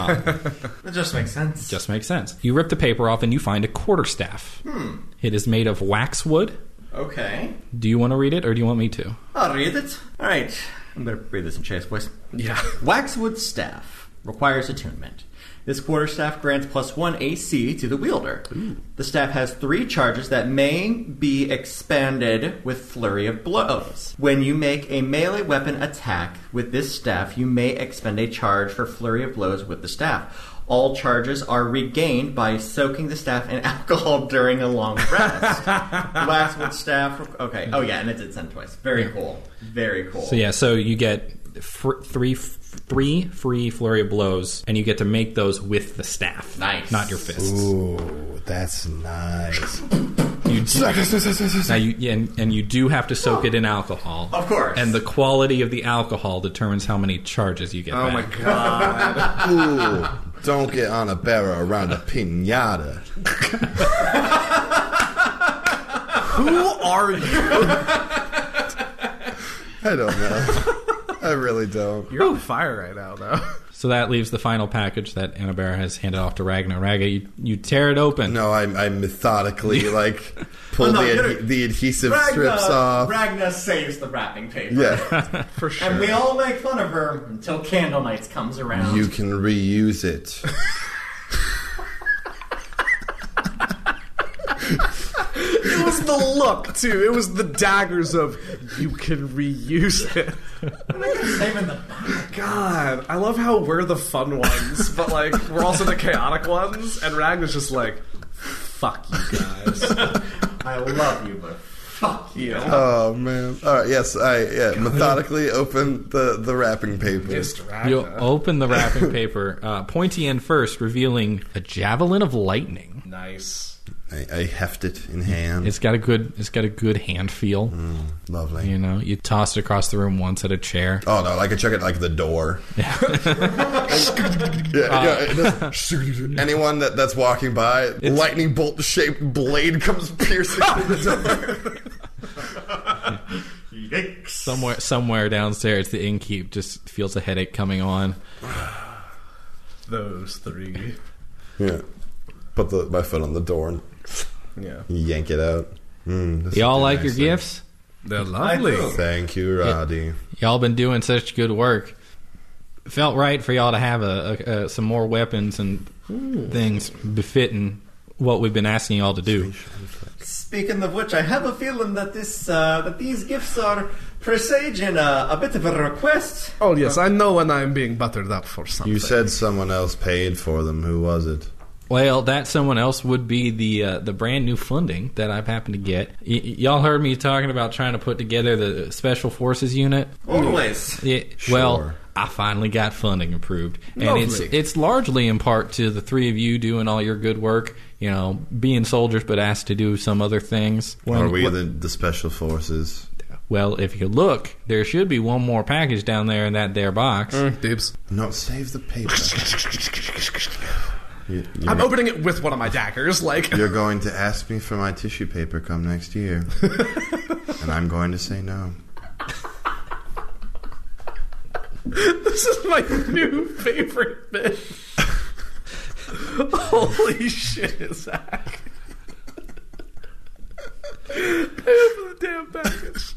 Speaker 2: That just makes sense.
Speaker 4: Just makes sense. You rip the paper off, and you find a quarterstaff. Hmm. It is made of waxwood.
Speaker 2: okay.
Speaker 4: Do you want to read it or do you want me to?
Speaker 2: I'll read it. All right. I'm gonna read this in Chase voice.
Speaker 3: Yeah.
Speaker 2: Waxwood staff requires attunement. This quarterstaff grants plus one AC to the wielder. The staff has three charges that may be expanded with flurry of blows. When you make a melee weapon attack with this staff, you may expend a charge for flurry of blows with the staff. All charges are regained by soaking the staff in (laughs) alcohol during a long rest. Waxwood staff. Okay. Oh yeah, and it did send twice. Very cool. Very cool.
Speaker 4: So yeah, so you get fr- three f- three free flurry of blows, and you get to make those with the staff,
Speaker 2: Nice.
Speaker 4: not your fists.
Speaker 5: Ooh, that's (laughs) nice.
Speaker 4: You do- now you yeah, and, and you do have to soak it in alcohol,
Speaker 2: Of course.
Speaker 4: and the quality of the alcohol determines how many charges you get.
Speaker 3: Oh
Speaker 4: back.
Speaker 3: my
Speaker 4: (laughs)
Speaker 3: god.
Speaker 5: (laughs) Ooh, don't get on a barrel around a pinata.
Speaker 3: Who are you?
Speaker 5: I don't know. I really don't.
Speaker 3: You're on fire right now, though. (laughs)
Speaker 4: So that leaves the final package that Annabera has handed off to Ragnar. Raga, you, you tear it open.
Speaker 5: No, I, I methodically like pull
Speaker 2: Oh, no,
Speaker 5: the,
Speaker 2: you're-
Speaker 5: adhe- the adhesive
Speaker 2: Ragna,
Speaker 5: strips off.
Speaker 2: Ragna saves the wrapping paper.
Speaker 5: yeah,
Speaker 3: For sure.
Speaker 2: And we all make fun of her until Candle Nights comes around.
Speaker 5: you can reuse it.
Speaker 3: it was the look, too. It was the daggers of, you can reuse it.
Speaker 2: saving the (laughs)
Speaker 3: God, I love how we're the fun ones, but like we're also the chaotic ones. And Ragnar's just like, fuck
Speaker 2: (laughs)
Speaker 3: you guys.
Speaker 2: I love you, but fuck you.
Speaker 5: Oh man! All right, yes, I yeah methodically open the the wrapping paper.
Speaker 3: Just
Speaker 4: You
Speaker 3: Ragnar.
Speaker 4: open the wrapping paper, uh, pointy end first, revealing a javelin of lightning.
Speaker 3: nice.
Speaker 5: I, I heft it in hand.
Speaker 4: It's got a good it's got a good hand feel.
Speaker 5: Lovely.
Speaker 4: You know, you toss it across the room once at a chair.
Speaker 5: Oh no! I could check it like the
Speaker 4: (laughs)
Speaker 5: door. yeah, (laughs) yeah, it does- anyone that, that's walking by, lightning bolt shaped blade comes
Speaker 4: (laughs)
Speaker 5: piercing (laughs) through the door.
Speaker 4: Somewhere somewhere downstairs the innkeep just feels a headache coming on.
Speaker 3: Those three.
Speaker 5: Yeah, put the, my foot on the door and
Speaker 3: Yeah.
Speaker 5: yank it out. Mm, this
Speaker 4: Y'all
Speaker 5: is
Speaker 4: like your
Speaker 5: nice.
Speaker 4: gifts?
Speaker 3: They're lovely.
Speaker 5: Thank you, Roddy.
Speaker 4: Y'all been doing such good work. Felt right for y'all to have a, a, a, some more weapons and things befitting what we've been asking y'all to do.
Speaker 2: Speaking of which, I have a feeling that this uh, that these gifts are presaging a, a bit of a request.
Speaker 3: Oh, yes, I know when I'm being buttered up for something.
Speaker 5: You said someone else paid for them. Who was it?
Speaker 4: Well, that someone else would be the uh, the brand new funding that I've happened to get. Y- y- y'all heard me talking about trying to put together the special forces unit.
Speaker 2: Always.
Speaker 4: Yeah, Well, I finally got funding approved, and it's
Speaker 3: Lovely.
Speaker 4: it's largely in part to the three of you doing all your good work. You know, being soldiers but asked to do some other things.
Speaker 5: Are we the, the special forces?
Speaker 4: Well, if you look, there should be one more package down there in that there box.
Speaker 3: Dibs.
Speaker 5: No, save the paper.
Speaker 4: (laughs)
Speaker 5: You- you-
Speaker 3: (laughs) I'm opening it with one of my daggers, like.
Speaker 5: You're going to ask me for my tissue paper come next
Speaker 4: (laughs)
Speaker 5: year. and I'm going to say no.
Speaker 3: This is my new favorite bit. Holy shit, Zach. Pay for the damn package.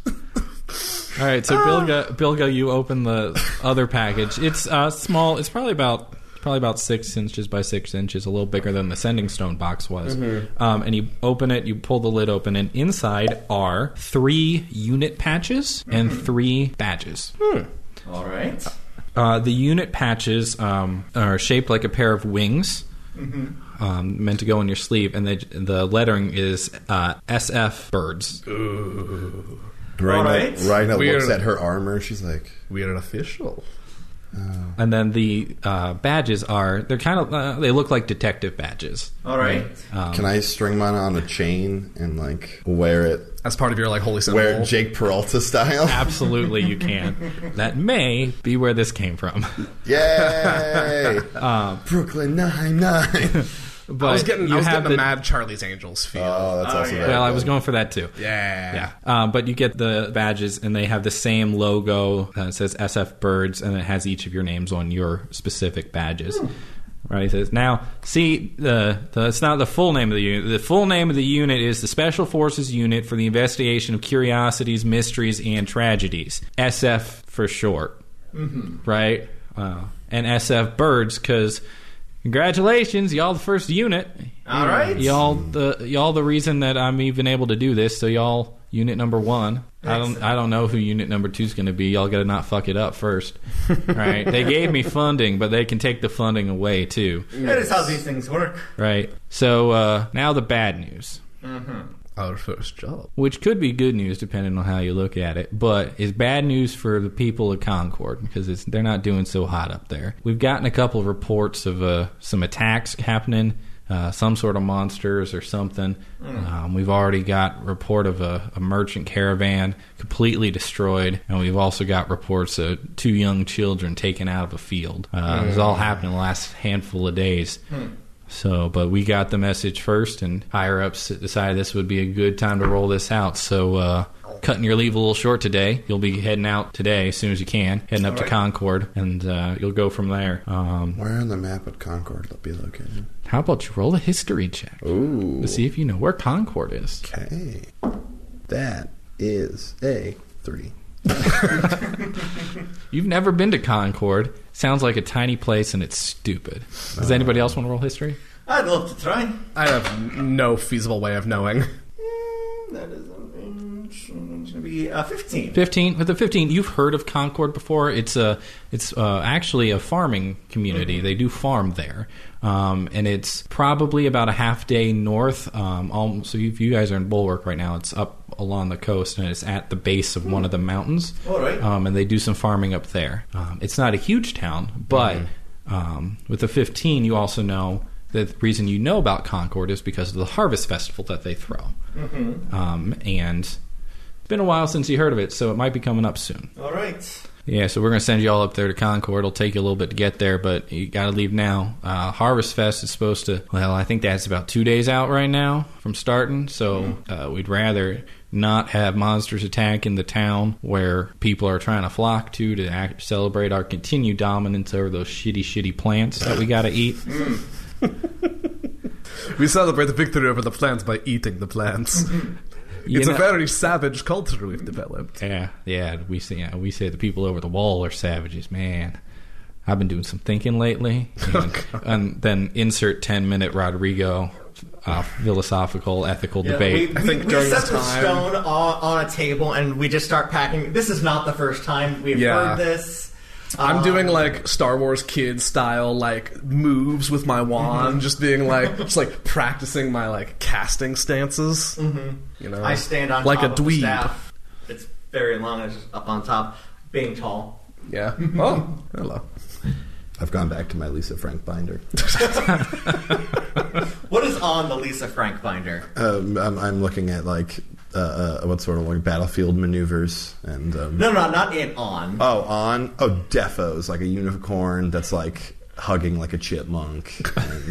Speaker 4: All right, so Bilga, Bilga, you open the other package. It's uh, small. It's probably about probably about six inches by six inches, a little bigger than the sending stone box was. Um, and you open it, you pull the lid open, and inside are three unit patches and three badges.
Speaker 2: All right.
Speaker 4: Uh, the unit patches um, are shaped like a pair of wings, um, meant to go on your sleeve, and they, the lettering is uh, SF birds.
Speaker 5: Ragna,
Speaker 2: right.
Speaker 5: Ragna looks
Speaker 3: Weird.
Speaker 5: at her armor. She's like,
Speaker 3: We are official.
Speaker 4: And then the uh, badges are they're kind of uh, they look like detective badges.
Speaker 2: All right.
Speaker 4: Um,
Speaker 5: "Can I string mine on a chain and like wear it,
Speaker 3: As part of your, like, holy symbol.
Speaker 5: wear it Jake Peralta
Speaker 4: (laughs)
Speaker 5: style?"
Speaker 4: Absolutely, you can. That may be where this came from.
Speaker 5: Yay!
Speaker 4: Uh,
Speaker 5: Brooklyn Nine
Speaker 4: (laughs)
Speaker 5: Nine.
Speaker 4: But
Speaker 3: I was getting,
Speaker 4: you
Speaker 3: I was
Speaker 4: have the-
Speaker 3: getting the, mad Charlie's Angels feel.
Speaker 5: Oh, that's
Speaker 2: Oh,
Speaker 5: also
Speaker 2: yeah.
Speaker 5: very
Speaker 4: Well, I
Speaker 5: good.
Speaker 4: was going for that too.
Speaker 3: yeah.
Speaker 4: Yeah, um, but you get the badges, and they have the same logo. Uh, it says SF Birds, and it has each of your names on your specific badges.
Speaker 2: Hmm.
Speaker 4: Right? It says now. See, the, the it's not the full name of the unit. The full name of the unit is the Special Forces Unit for the Investigation of Curiosities, Mysteries, and Tragedies. SF for short.
Speaker 2: Mm-hmm.
Speaker 4: Right? Uh, and SF Birds, because congratulations, y'all the first unit
Speaker 2: All right.
Speaker 4: y'all the y'all the reason that I'm even able to do this. So y'all unit number one. I don't I don't know who unit number two's going to be. Y'all got to not fuck it up first. right? They gave me funding, but they can take the funding away too.
Speaker 2: That is how these things work.
Speaker 4: Right? So uh, now the bad news,
Speaker 3: Our first job.
Speaker 4: which could be good news depending on how you look at it, but is bad news for the people of Concord because it's they're not doing so hot up there. We've gotten a couple reports of uh, some attacks happening. uh, some sort of monsters or something. Um, we've already got report of a, a merchant caravan completely destroyed, and we've also got reports of two young children taken out of a field. Uh, This all happened in the last handful of days. So, but we got the message first, and higher ups decided this would be a good time to roll this out. So, uh, cutting your leave a little short today. You'll be heading out today as soon as you can, heading up to Concord, and uh, you'll go from there. Um,
Speaker 5: Where on the map would Concord be located?
Speaker 4: how about you roll a history check?
Speaker 5: Ooh.
Speaker 4: to see if you know where Concord is.
Speaker 5: Okay. That is a three.
Speaker 4: You've never been to Concord. Sounds like a tiny place and it's stupid. Does anybody else want to roll history?
Speaker 2: I'd love to try.
Speaker 3: I have no feasible way of knowing.
Speaker 2: Mm, That is going to be uh, 15.
Speaker 4: 15 with the 15 you've heard of Concord before it's a it's uh, actually a farming community they do farm there um, and it's probably about a half day north um, al- so if you guys are in Bulwark right now it's up along the coast and it's at the base of one of the mountains
Speaker 2: All right.
Speaker 4: um, and they do some farming up there um, it's not a huge town but um, with the 15 you also know The reason you know about Concord is because of the harvest festival that they throw. Um, and it's been a while since you heard of it, so it might be coming up soon.
Speaker 2: All right.
Speaker 4: Yeah, so we're going to send you all up there to Concord. It'll take you a little bit to get there, but you got to leave now. Uh, Harvest Fest is supposed to, well, I think that's about two days out right now from starting, so uh, we'd rather not have monsters attack in the town where people are trying to flock to to act, celebrate our continued dominance over those shitty, shitty plants that we got to eat.
Speaker 3: We celebrate the victory over the plants by eating the plants.
Speaker 4: You
Speaker 3: it's
Speaker 4: know-
Speaker 3: a very savage culture we've developed.
Speaker 4: Yeah, yeah. We say yeah, we say the people over the wall are savages, man. I've been doing some thinking (laughs) lately, and, and then insert ten minute Rodrigo uh, philosophical ethical debate.
Speaker 5: I think during
Speaker 2: set
Speaker 5: this
Speaker 2: the
Speaker 5: time-
Speaker 2: stone on, on a table and we just start packing. This is not the first time we've
Speaker 3: Yeah.
Speaker 2: heard this.
Speaker 3: I'm
Speaker 2: Um,
Speaker 3: doing like Star Wars kid style like moves with my
Speaker 2: Mm-hmm.
Speaker 3: wand, just being like just like practicing my like casting stances. Mm-hmm. You know,
Speaker 2: I stand on
Speaker 3: like
Speaker 2: top
Speaker 3: a
Speaker 2: of the
Speaker 3: dweeb.
Speaker 2: staff. It's very long. It's just up on top, being tall. (laughs)
Speaker 3: Yeah. Oh, hello.
Speaker 1: I've gone back to my Lisa Frank
Speaker 5: (laughs)
Speaker 1: binder.
Speaker 2: What is on the Lisa Frank binder?
Speaker 1: Um, I'm, I'm looking at like uh, uh, what sort of like battlefield maneuvers and um,
Speaker 2: No, no, not in on.
Speaker 1: oh on oh defos like a unicorn that's like hugging like a chipmunk. And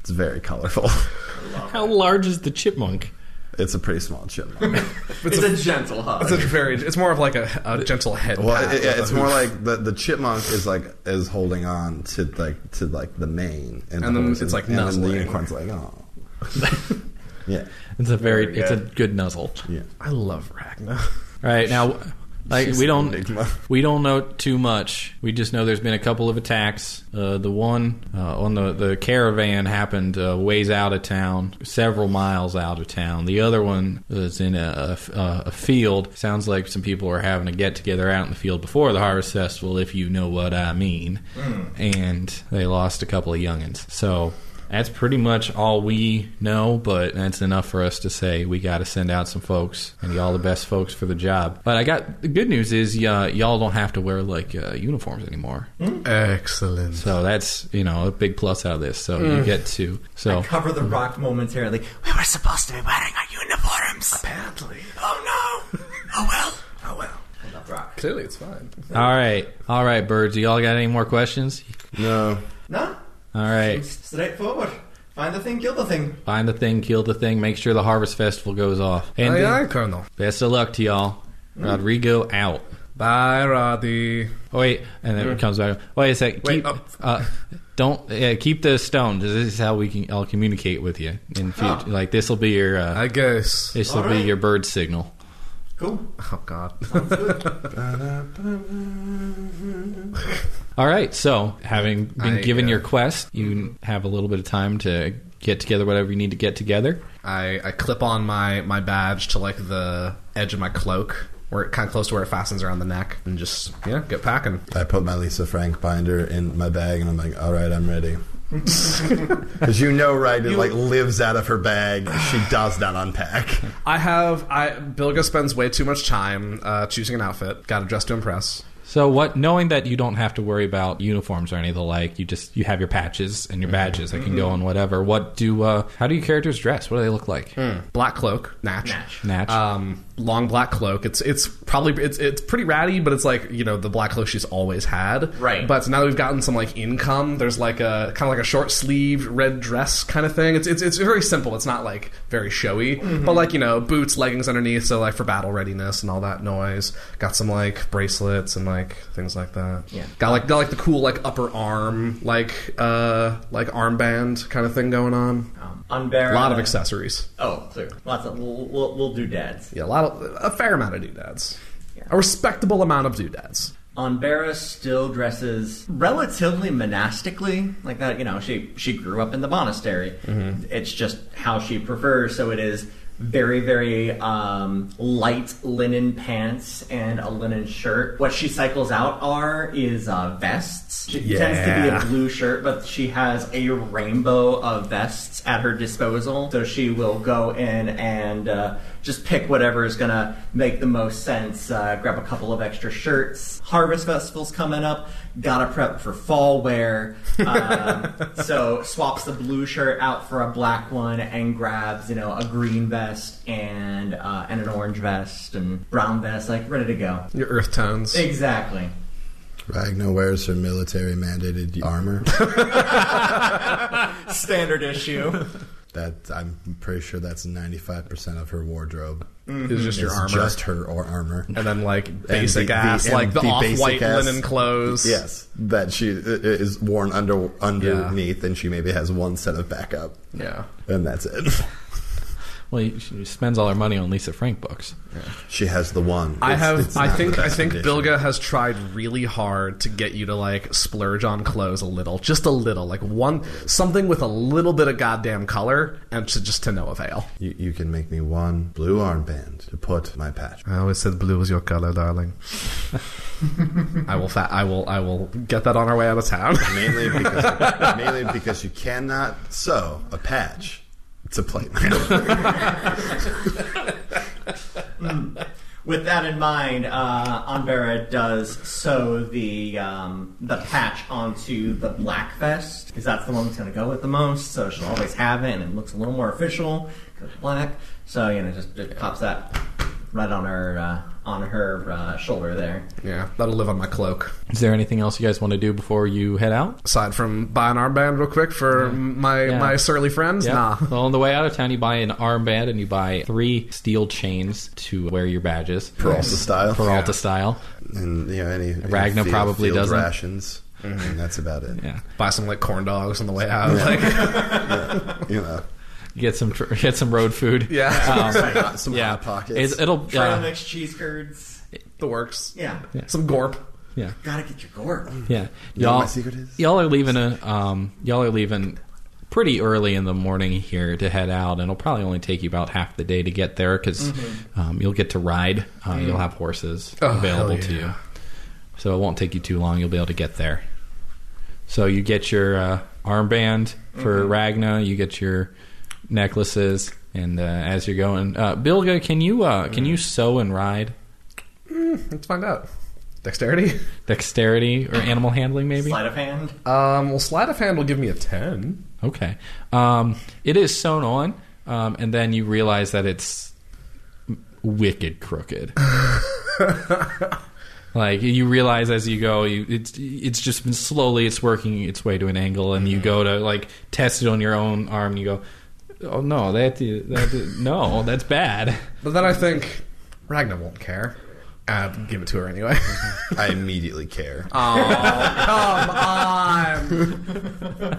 Speaker 1: it's very colorful. (laughs)
Speaker 4: How large is the chipmunk?
Speaker 1: It's a pretty small chipmunk.
Speaker 3: (laughs)
Speaker 2: it's, a, gentle hug.
Speaker 3: It's a very. It's more of like a, a gentle head.
Speaker 1: Well,
Speaker 3: pat
Speaker 1: it,
Speaker 3: with
Speaker 1: it's
Speaker 3: a
Speaker 1: more
Speaker 3: hoof.
Speaker 1: like the, the chipmunk is like is holding on to like to like the mane,
Speaker 3: And then
Speaker 1: holds
Speaker 3: it's,
Speaker 1: it-
Speaker 3: like,
Speaker 1: and then the
Speaker 3: nuzzling.
Speaker 1: unicorn's like
Speaker 3: (laughs)
Speaker 1: oh, yeah,
Speaker 4: It's a very, it's a good nuzzle.
Speaker 1: yeah.
Speaker 3: I love Ragna.
Speaker 4: All
Speaker 1: (laughs)
Speaker 4: right now, like
Speaker 1: She's
Speaker 4: we
Speaker 1: an
Speaker 4: don't,
Speaker 1: enigma.
Speaker 4: we don't know too much. We just know there's been a couple of attacks. Uh, the one uh, on the the caravan happened uh, ways out of town, several miles out of town. The other one was in a, uh, a, a field. Sounds like some people were having a get together out in the field before the harvest festival, if you know what I mean. And they lost a couple of youngins. So. That's pretty much all we know, but that's enough for us to say we got to send out some folks and y'all the best folks for the job. But I got the good news is uh, y'all don't have to wear like uh, uniforms anymore,
Speaker 3: Hmm? Excellent.
Speaker 4: so that's you know a big plus out of this. So
Speaker 3: Hmm.
Speaker 4: you get to so
Speaker 2: Cover the rock momentarily. We were supposed to be wearing our uniforms.
Speaker 3: Apparently,
Speaker 2: Oh no! (laughs) Oh well. Oh well. Enough rock.
Speaker 3: clearly it's fine.
Speaker 4: all right, all right, birds. Y'all got any more questions?
Speaker 3: (laughs)
Speaker 1: No,
Speaker 2: No.
Speaker 4: All right,
Speaker 2: Straightforward. Find the thing, kill the thing.
Speaker 4: find the thing, kill the thing, make sure the harvest festival goes off. And
Speaker 3: aye,
Speaker 4: then-
Speaker 3: aye, Hmm. Colonel.
Speaker 4: best of luck to y'all. Rodrigo out.
Speaker 3: Bye, Roddy.
Speaker 4: Oh wait, and then it comes back. Wait a sec. Keep,
Speaker 3: Mm. Wait, oh.
Speaker 4: uh, don't uh, keep the stone. 'cause This is how we can. I'll communicate with you in future. Like this will be your. Uh,
Speaker 3: Oh. I guess.
Speaker 4: this will
Speaker 2: All
Speaker 4: be
Speaker 2: right.
Speaker 4: your bird signal.
Speaker 2: Cool.
Speaker 3: Oh God.
Speaker 4: All right. So having been
Speaker 3: I,
Speaker 4: given
Speaker 3: uh, mm-hmm.
Speaker 4: your quest, you have a little bit of time to get together whatever you need to get together.
Speaker 3: I, I clip on my, my badge to like the edge of my cloak, where kind of close to where it fastens around the neck, and just yeah, get packing.
Speaker 1: I put my Lisa Frank binder in my bag, and I'm like, all right,
Speaker 6: (laughs)
Speaker 1: I'm ready. Because you know, right? It like lives out of her bag. She does not unpack.
Speaker 3: I have I Bilga spends way too much time uh, choosing an outfit. Got to dress to impress.
Speaker 4: So what? Knowing that you don't have to worry about uniforms or any of the like, you just you have your patches and your
Speaker 3: Mm-hmm.
Speaker 4: badges that can go on whatever. What do? Uh, how do your characters dress? What do they look like?
Speaker 3: Black cloak, natch.
Speaker 2: Natch.
Speaker 4: Natch.
Speaker 3: Um, long black cloak. It's it's probably it's it's pretty ratty, but it's like you know the black cloak she's always had.
Speaker 2: Right.
Speaker 3: But now that we've gotten some like income, there's like a kind of like a short sleeved red dress kind of thing. It's it's it's very simple. It's not like very showy,
Speaker 2: Mm-hmm.
Speaker 3: but like you know boots, leggings underneath, so like for battle readiness and all that noise. Got some like bracelets and like things like that.
Speaker 2: Yeah.
Speaker 3: Got like got like the cool like upper arm like uh like armband kind of thing going on.
Speaker 2: Um, unbearable.
Speaker 3: A lot of accessories.
Speaker 2: Oh, sorry. Lots of we'll, we'll, we'll do dads.
Speaker 3: Yeah, a lot of a fair amount of doodads.
Speaker 2: Yeah.
Speaker 3: A respectable amount of doodads.
Speaker 2: Onbera still dresses relatively monastically, like that. You know, she she grew up in the monastery. It's just how she prefers. So it is very very um, light linen pants and a linen shirt. What she cycles out are is uh, vests. She tends to be
Speaker 3: Yeah.
Speaker 2: a blue shirt, but she has a rainbow of vests at her disposal. So she will go in and. Uh, just pick whatever is going to make the most sense. Uh, grab a couple of extra shirts. Harvest Festival's coming up. Gotta prep for fall wear. (laughs) Um, so swaps the blue shirt out for a black one and grabs, you know, a green vest and uh, and an orange vest and brown vest, like ready to go.
Speaker 3: Your earth tones.
Speaker 2: Exactly.
Speaker 6: Ragnar wears her military mandated
Speaker 3: (laughs)
Speaker 6: armor.
Speaker 2: Standard issue.
Speaker 6: that I'm pretty sure that's 95% of her wardrobe.
Speaker 3: It's Mm-hmm. just your
Speaker 6: It's
Speaker 3: armor.
Speaker 6: just her or armor.
Speaker 3: and then like basic
Speaker 6: the-
Speaker 3: ass,
Speaker 6: the-
Speaker 3: like
Speaker 6: and
Speaker 3: the,
Speaker 6: the basic
Speaker 3: off-white
Speaker 6: ass-
Speaker 3: linen clothes.
Speaker 6: Yes, that she i- is worn under underneath, and she maybe has one set of backup,
Speaker 3: Yeah.
Speaker 6: and that's it. (laughs)
Speaker 4: Well, she spends all her money on Lisa Frank books.
Speaker 6: She has the one.
Speaker 3: I
Speaker 6: It's-
Speaker 3: have.
Speaker 6: it's
Speaker 3: I
Speaker 6: not
Speaker 3: think.
Speaker 6: the
Speaker 3: I
Speaker 6: best
Speaker 3: think
Speaker 6: condition.
Speaker 3: Bilga has tried really hard to get you to like splurge on clothes a little, just a little, like one something with a little bit of goddamn color, and to, just to no avail.
Speaker 6: You, you can make me one blue armband to put my patch.
Speaker 3: I always said blue was your color, darling. (laughs) I will. Fa- I will. I will get that on our way out of town.
Speaker 6: (laughs) Mainly because, mainly because you cannot sew a patch to plate mail.
Speaker 2: With that in mind, uh, Anvera does sew the um, the patch onto the black vest because that's the one that's going to go with the most. So she'll always have it, and it looks a little more official because black. So you know, just, just pops that right on her uh, on her uh, shoulder there.
Speaker 3: yeah, that'll live on my cloak.
Speaker 4: Is there anything else you guys want to do before you head out?
Speaker 3: Aside from buy an armband real quick for my
Speaker 4: Yeah.
Speaker 3: my surly friends.
Speaker 4: Yeah.
Speaker 3: Nah. (laughs)
Speaker 4: Well, on the way out of town, you buy an armband and you buy three steel chains to wear your badges. Um,
Speaker 6: Peralta style.
Speaker 4: Peralta style.
Speaker 6: And, you know, any. any
Speaker 4: Ragnar
Speaker 6: field-
Speaker 4: probably
Speaker 6: field
Speaker 4: doesn't.
Speaker 6: rations. And that's about it.
Speaker 4: Yeah.
Speaker 3: Buy some like corn dogs on the way out. Like,
Speaker 6: You know,
Speaker 4: Get some tr- (laughs) get some road food. Um,
Speaker 3: (laughs) yeah,
Speaker 6: not (laughs) some
Speaker 4: Yeah.
Speaker 6: hot pockets.
Speaker 4: It's- it'll
Speaker 2: Try to
Speaker 4: yeah.
Speaker 2: mix cheese curds.
Speaker 3: the works.
Speaker 2: Yeah,
Speaker 3: Some gorp.
Speaker 4: uh, yeah.
Speaker 2: gotta get your gourd.
Speaker 4: Yeah,
Speaker 6: know
Speaker 4: y'all.
Speaker 6: what my secret is?
Speaker 4: Y'all are leaving a. Um, y'all are leaving pretty early in the morning here to head out, and it'll probably only take you about half the day to get there because
Speaker 6: Mm-hmm.
Speaker 4: um, you'll get to ride. Uh, You'll have horses
Speaker 3: Oh,
Speaker 4: available
Speaker 3: hell
Speaker 4: to
Speaker 3: yeah.
Speaker 4: you, so it won't take you too long. You'll be able to get there. So you get your uh, armband for
Speaker 6: Mm-hmm.
Speaker 4: Ragna. You get your necklaces, and uh, as you're going, uh, Bilga, can you uh, can
Speaker 6: Mm.
Speaker 4: you sew and ride?
Speaker 3: Let's find out. Dexterity.
Speaker 4: Dexterity or animal handling, maybe?
Speaker 2: Sleight of hand.
Speaker 3: Um, well, sleight of hand will give me a ten.
Speaker 4: Okay. Um, it is sewn on, um, and then you realize that it's
Speaker 6: (laughs)
Speaker 4: wicked crooked. like you realize as you go, you it's it's just been slowly it's working its way to an angle, and you go to like test it on your own arm, and you go, oh no, that, is- that is- no, that's bad.
Speaker 3: But then I think Ragnar won't care. Uh, give it to
Speaker 4: (laughs)
Speaker 3: her anyway. (laughs)
Speaker 6: I immediately care.
Speaker 4: Uh,
Speaker 3: Come
Speaker 4: (laughs)
Speaker 3: on.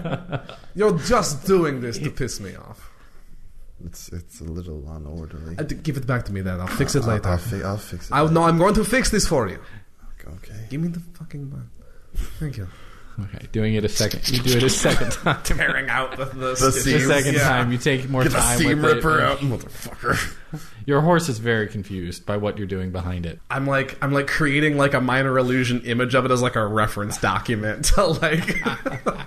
Speaker 3: You're just doing this to piss me off.
Speaker 6: It's it's a little unorderly.
Speaker 3: Uh, d- Give it back to me then. I'll fix
Speaker 4: Uh,
Speaker 3: it
Speaker 6: I'll, I'll,
Speaker 3: later.
Speaker 6: fi- I'll fix it.
Speaker 3: I no, I'm going to fix this for you.
Speaker 6: okay.
Speaker 3: Give me the fucking bun. Thank you.
Speaker 4: Okay, doing it a second. You
Speaker 6: (laughs)
Speaker 4: do it a second (laughs) time.
Speaker 3: Tearing out the, the,
Speaker 4: The
Speaker 6: seams.
Speaker 4: second
Speaker 3: Yeah.
Speaker 4: time, you take more
Speaker 6: Get the
Speaker 4: time.
Speaker 6: seam
Speaker 4: with it.
Speaker 6: ripper out, motherfucker.
Speaker 4: Your horse is very confused by what you're doing behind it.
Speaker 3: I'm like I'm like creating like a minor illusion image of it as like a reference document (laughs) to like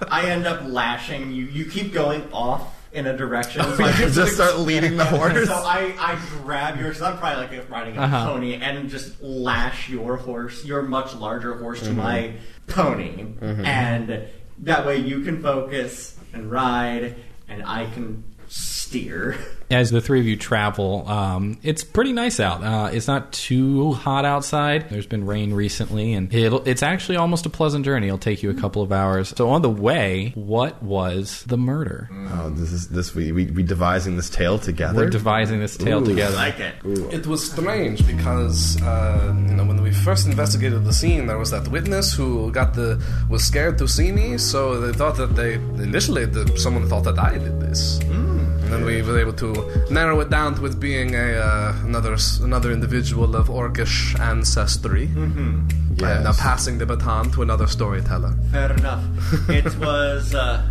Speaker 4: (laughs)
Speaker 2: I end up lashing you. You keep going off in a direction. So
Speaker 3: (laughs)
Speaker 2: I
Speaker 6: (laughs) Just start
Speaker 2: (laughs)
Speaker 6: leading the horse.
Speaker 2: So I, I grab yours. I'm probably like riding a pony and just lash your horse, your much larger horse,
Speaker 6: Mm-hmm.
Speaker 2: to my pony, and that way you can focus and ride, and I can steer. (laughs)
Speaker 4: as the three of you travel, um, it's pretty nice out. Uh, it's not too hot outside. There's been rain recently, and it'll, it's actually almost a pleasant journey. It'll take you a couple of hours. So on the way, what was the murder?
Speaker 6: Oh, this is this we we, we devising this tale together.
Speaker 4: Mm. We're devising this tale together.
Speaker 2: Like it.
Speaker 3: It was strange because uh, you know when we first investigated the scene, there was that witness who got the was scared to see me, so they thought that they initially the, someone thought that I did this, and then we were able to narrow it down to it being a uh, another s- another individual of Orcish ancestry, and now
Speaker 6: Yes.
Speaker 3: passing the baton to another storyteller.
Speaker 2: Fair enough. It was uh,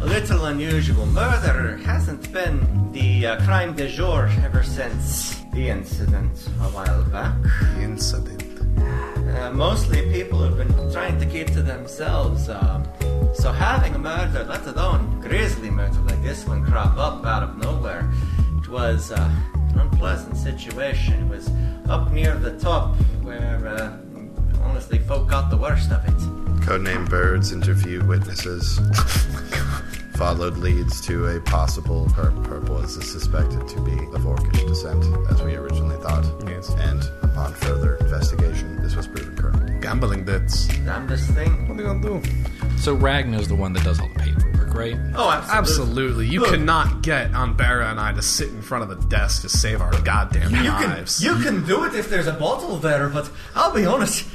Speaker 2: a little unusual. Murder hasn't been the uh, crime de jour ever since the incident a while back.
Speaker 3: Incident.
Speaker 2: Uh, mostly people have been trying to keep to themselves. Um, so having a murder, let alone grisly murder like this one, crop up out of nowhere, it was uh, unpleasant situation. It was up near the top where, uh, honestly, folk got the worst of it.
Speaker 1: Codename Birds interviewed witnesses. (laughs) Followed leads to a possible pur- purple as is suspected to be of orcish descent, as we originally thought.
Speaker 3: Yes.
Speaker 1: And upon further investigation, this was proven correct.
Speaker 3: Gambling debts.
Speaker 2: Damnedest thing.
Speaker 3: What are you gonna do?
Speaker 4: So Ragnar's the one that does all the paperwork, right?
Speaker 2: Oh, absolutely.
Speaker 3: Absolutely. You cannot get Anbera and I to sit in front of a desk to save our goddamn
Speaker 2: You can,
Speaker 3: lives.
Speaker 2: you can do it if there's a bottle there, but I'll be honest,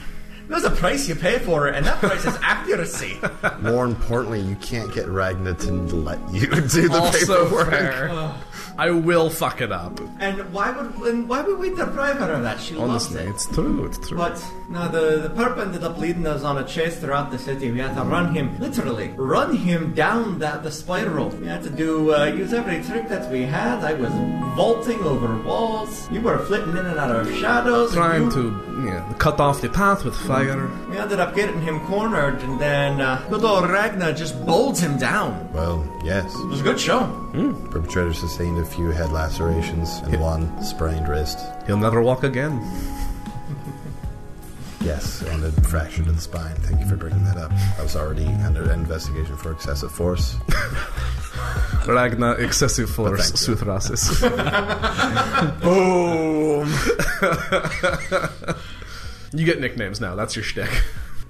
Speaker 2: there's a price you pay for it, and that price is accuracy.
Speaker 1: More importantly, you can't get Ragna to let you (laughs) do the
Speaker 3: also
Speaker 1: paperwork.
Speaker 3: fair. I will fuck it up.
Speaker 2: And why would and why would we deprive her of that? She loves
Speaker 3: Honestly,
Speaker 2: it.
Speaker 3: it's true. It's true.
Speaker 2: But no, the the perp ended up leading us on a chase throughout the city. We had to run him, literally, run him down that the spiral. We had to do uh, use every trick that we had. I was vaulting over walls. You were flitting in and out of shadows.
Speaker 3: Trying
Speaker 2: You-
Speaker 3: to yeah, cut off the path with fire.
Speaker 2: We ended up getting him cornered, and then uh, good old Ragnar just bowled him down.
Speaker 1: Well, yes.
Speaker 2: It was a good show.
Speaker 1: Perpetrator sustained a few head lacerations and one sprained wrist.
Speaker 3: He'll never walk again.
Speaker 1: Yes, and a fracture to the spine. Thank you for bringing that up. I was already under investigation for excessive force.
Speaker 3: Ragnar, excessive force, Suthrasis. (laughs) Boom! you get nicknames now, that's your shtick.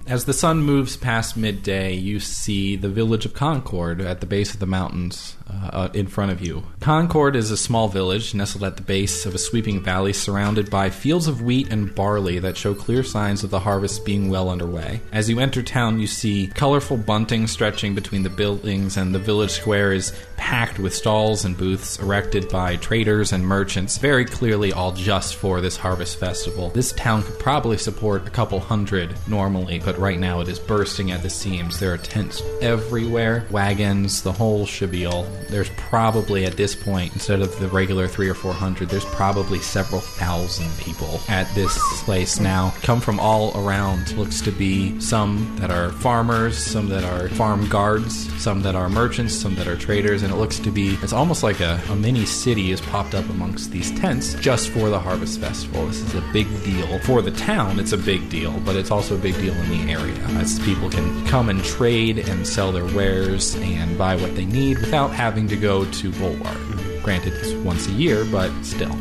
Speaker 4: As the sun moves past midday, you see the village of Concord at the base of the mountains uh, uh, in front of you. Concord is a small village nestled at the base of a sweeping valley surrounded by fields of wheat and barley that show clear signs of the harvest being well underway. As you enter town, you see colorful bunting stretching between the buildings, and the village square is packed with stalls and booths erected by traders and merchants, very clearly all just for this harvest festival. This town could probably support a couple hundred normally, but right now it is bursting at the seams. There are tents everywhere, wagons, the whole shabil. There's probably at this point, instead of the regular three or four hundred, there's probably several thousand people at this place now. Come from all around. Looks to be some that are farmers, some that are farm guards, some that are merchants, some that are traders, and it looks to be it's almost like a, a mini city has popped up amongst these tents just for the harvest festival. This is a big deal for the town. It's a big deal, but it's also a big deal in the area as people can come and trade and sell their wares and buy what they need without having to go to Bulwark. Granted, it's once a year, but still.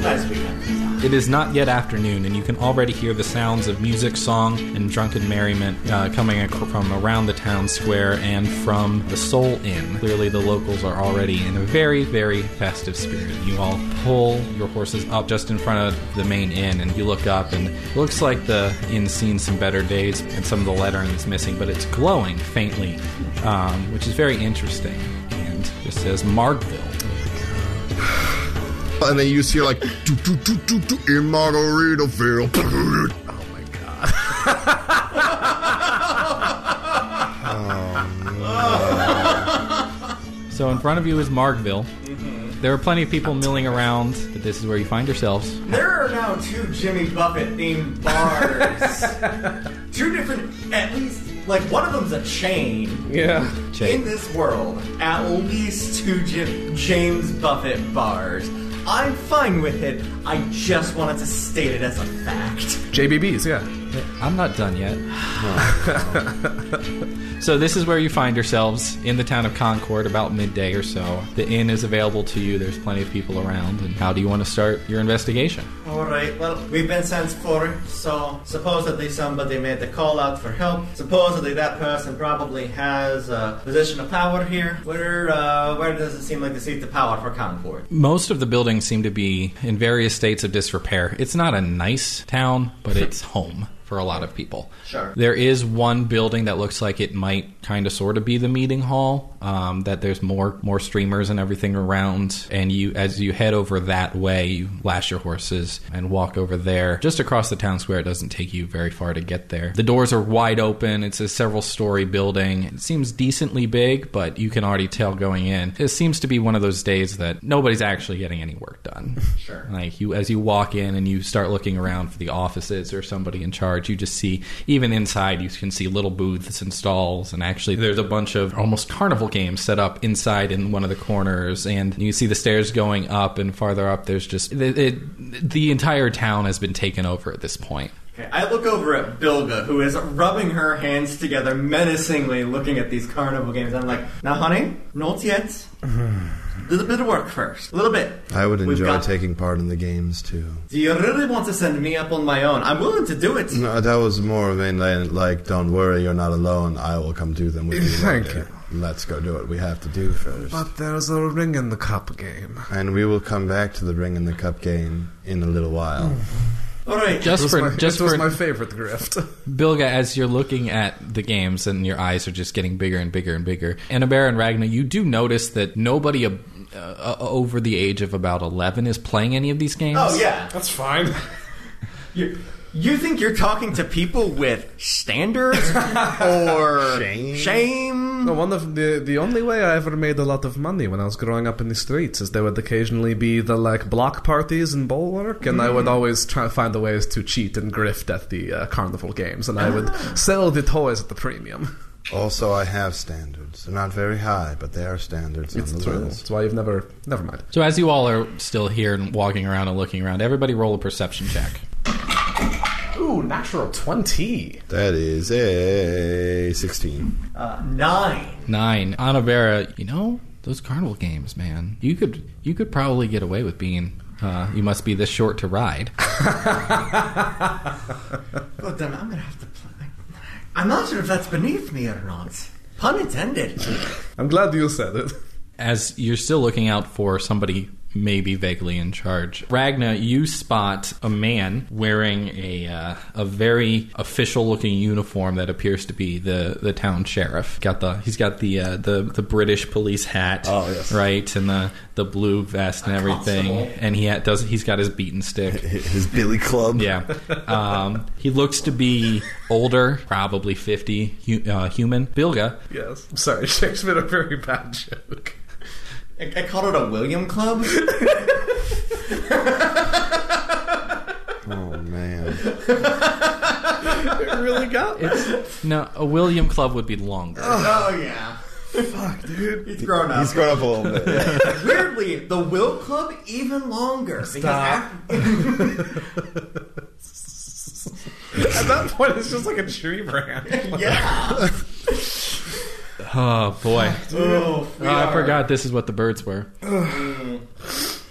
Speaker 2: Nice weekend.
Speaker 4: It is not yet afternoon, and you can already hear the sounds of music, song, and drunken merriment uh, coming ac- from around the town square and from the Soul Inn. Clearly, the locals are already in a very, very festive spirit. You all pull your horses up just in front of the main inn, and you look up, and it looks like the inn's seen some better days, and some of the lettering is missing, but it's glowing faintly, um, which is very interesting. And just says Margville.
Speaker 7: And then you just hear like do, do, do, do, do, in Margaritaville.
Speaker 4: So in front of you is Margville. There are plenty of people milling around, but this is where you find yourselves.
Speaker 2: There are now two Jimmy Buffett themed bars.
Speaker 3: (laughs)
Speaker 2: two different, at least, like one of them's a chain.
Speaker 3: Yeah.
Speaker 2: In this world, at least two Jim- James Buffett bars. I'm fine with it. I just wanted to state it as a fact.
Speaker 3: JBBs, yeah.
Speaker 4: I'm not done yet. so this is where you find yourselves in the town of Concord about midday or so. The inn is available to you. There's plenty of people around. And how do you want to start your investigation?
Speaker 2: All right. Well, we've been sent for, so supposedly somebody made the call out for help. Supposedly that person probably has a position of power here. Where, uh, where does it seem like the seat of power for Concord?
Speaker 4: Most of the buildings seem to be in various states of disrepair. It's not a nice town, but it's home for a lot of people.
Speaker 2: Sure.
Speaker 4: There is one building that looks like it might kind of sort of be the meeting hall. Um, that there's more more streamers and everything around, and you as you head over that way, you lash your horses and walk over there. Just across the town square, it doesn't take you very far to get there. The doors are wide open. It's a several story building. It seems decently big, but you can already tell going in. It seems to be one of those days that nobody's actually getting any work done.
Speaker 2: Sure.
Speaker 4: Like you, as you walk in and you start looking around for the offices or somebody in charge, you just see even inside you can see little booths and stalls, and actually there's a bunch of almost carnival table game set up inside in one of the corners, and you see the stairs going up and farther up. There's just it, it, the entire town has been taken over at this point.
Speaker 2: Okay, I look over at Bilga, who is rubbing her hands together menacingly, looking at these carnival games. I'm like, now, honey, not yet. A little bit of work first. A little bit.
Speaker 6: I would
Speaker 2: We've
Speaker 6: enjoy
Speaker 2: got-
Speaker 6: taking part in the games too.
Speaker 2: Do you really want to send me up on my own? I'm willing to do
Speaker 1: Mm.
Speaker 2: it.
Speaker 6: No, that was more of a like, like, don't worry, you're not alone. I will come do them with you.
Speaker 3: Thank
Speaker 6: later. Let's go do what we have to do first.
Speaker 3: But there's a ring in the cup game.
Speaker 6: And we will come back to the ring and the cup game in a little while.
Speaker 3: Hmm.
Speaker 2: All right.
Speaker 3: It
Speaker 4: Just
Speaker 3: was
Speaker 4: for
Speaker 3: my,
Speaker 4: just
Speaker 3: it was
Speaker 4: for
Speaker 3: my favorite (laughs) grift.
Speaker 4: Bilga, as you're looking at the games and your eyes are just getting bigger and bigger and bigger, Annabera and Ragna, you do notice that nobody ab- uh, uh, over the age of about 11 is playing any of these games.
Speaker 2: Oh, yeah.
Speaker 3: That's fine.
Speaker 2: You, you think you're talking to people with standards or
Speaker 6: Shame.
Speaker 2: shame?
Speaker 3: No, one of the the only way I ever made a lot of money when I was growing up in the streets is there would occasionally be the like block parties and bulwark, and I would always try to find the ways to cheat and grift at the uh, carnival games, and I would sell the toys at the premium.
Speaker 6: Also, I have standards. They're not very high, but they are standards
Speaker 3: It's true.
Speaker 6: nonetheless.
Speaker 3: That's why you've never. Never mind.
Speaker 4: So as you all are still here and walking around and looking around, everybody roll a perception check.
Speaker 3: Ooh, natural twenty.
Speaker 6: That is a 16.
Speaker 2: Uh, nine.
Speaker 4: Nine. Annabera, you know, those carnival games, man. You could you could probably get away with being uh, you must be this short to ride.
Speaker 2: Oh, damn, I'm gonna have to play. I'm not sure if that's beneath me or not. Pun intended.
Speaker 3: (laughs) I'm glad you said it. (laughs)
Speaker 4: as you're still looking out for somebody maybe vaguely in charge. Ragna, you spot a man wearing a uh, a very official looking uniform that appears to be the, the town sheriff. Got the he's got the uh, the the British police hat,
Speaker 6: Oh, yes.
Speaker 4: right, and the the blue vest and everything. And he ha- does he's got his beaten stick.
Speaker 6: (laughs) His Billy Club.
Speaker 4: Yeah. Um, he looks to be older, probably 50, hu- uh, human. Bilga,
Speaker 3: Yes. I'm sorry, (laughs) Jake's made a very bad joke.
Speaker 2: I, I called it a William Club.
Speaker 6: Oh, man.
Speaker 3: (laughs) It really got me.
Speaker 4: no, a William Club would be longer.
Speaker 2: oh yeah.
Speaker 6: Fuck, dude.
Speaker 2: He's grown up.
Speaker 6: He's grown up a little bit.
Speaker 2: Weirdly, the Will Club even longer. Stop.
Speaker 3: At that point, it's just like a tree branch.
Speaker 2: yeah.
Speaker 4: Oh boy!
Speaker 2: Oh, we
Speaker 4: Oh, I
Speaker 2: are- Mm.
Speaker 4: forgot this is what the birds
Speaker 2: (sighs)
Speaker 4: were.
Speaker 3: What happens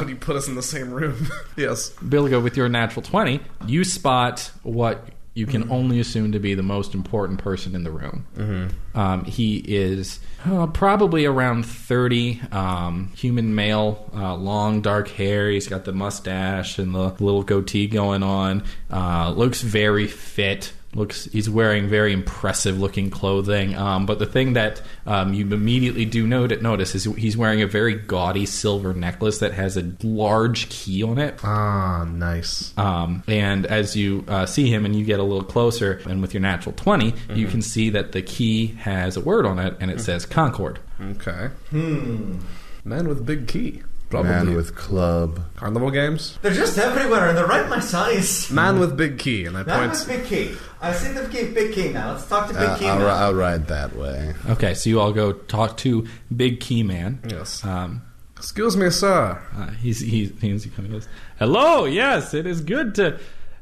Speaker 3: when
Speaker 4: Bilga,
Speaker 3: you put us in the same room? (laughs) yes.
Speaker 4: Bilga, with your natural twenty, you spot what you can only assume to be the most important person in the room. Um, he is uh, probably around thirty, um, human male, uh, long dark hair. He's got the mustache and the little goatee going on. Uh, looks very fit. Looks, he's wearing very impressive looking clothing. Um, but the thing that um, you immediately do note, notice is he's wearing a very gaudy silver necklace that has a large key on it.
Speaker 3: Ah, nice.
Speaker 4: Um, and as you uh, see him and you get a little closer, and with your natural 20, you can see that the key has a word on it and it says Concord.
Speaker 3: Okay. Hmm. Man with big key. Probably.
Speaker 6: Man with club.
Speaker 3: carnival games.
Speaker 2: They're just everywhere, and they're right my size.
Speaker 3: Man with big key, and I
Speaker 2: That was
Speaker 3: point. (laughs)
Speaker 2: Big Key. I see the Big Big Key now. Let's talk to Big
Speaker 6: Uh,
Speaker 2: Key
Speaker 6: I'll, ri-
Speaker 2: now.
Speaker 6: I'll ride that way.
Speaker 4: Okay, so you all go talk to Big Key Man.
Speaker 3: Yes.
Speaker 4: Um,
Speaker 3: Excuse me, sir.
Speaker 4: Uh, he's, he's, he's he kind of goes, "Hello, yes, it is good to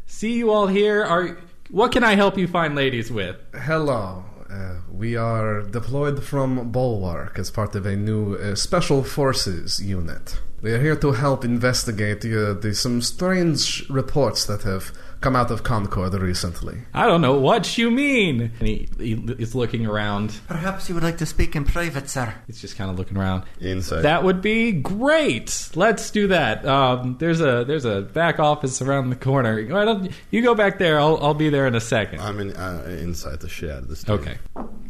Speaker 4: see you all here. Are what can I help you fine ladies with?"
Speaker 3: Hello. Uh, we are deployed from Bulwark as part of a new uh, special forces unit. We are here to help investigate uh, the, some strange reports that have come out of Concord recently.
Speaker 4: I don't know what you mean. And he, he is looking around.
Speaker 2: Perhaps you would like to speak in private, sir.
Speaker 4: He's just kind of looking around.
Speaker 6: Inside.
Speaker 4: That would be great. Let's do that. Um, there's a there's a back office around the corner. Why don't- you go back there. I'll I'll be there in a second.
Speaker 6: I'm in, uh, inside the shit out of this. dude.
Speaker 4: Okay.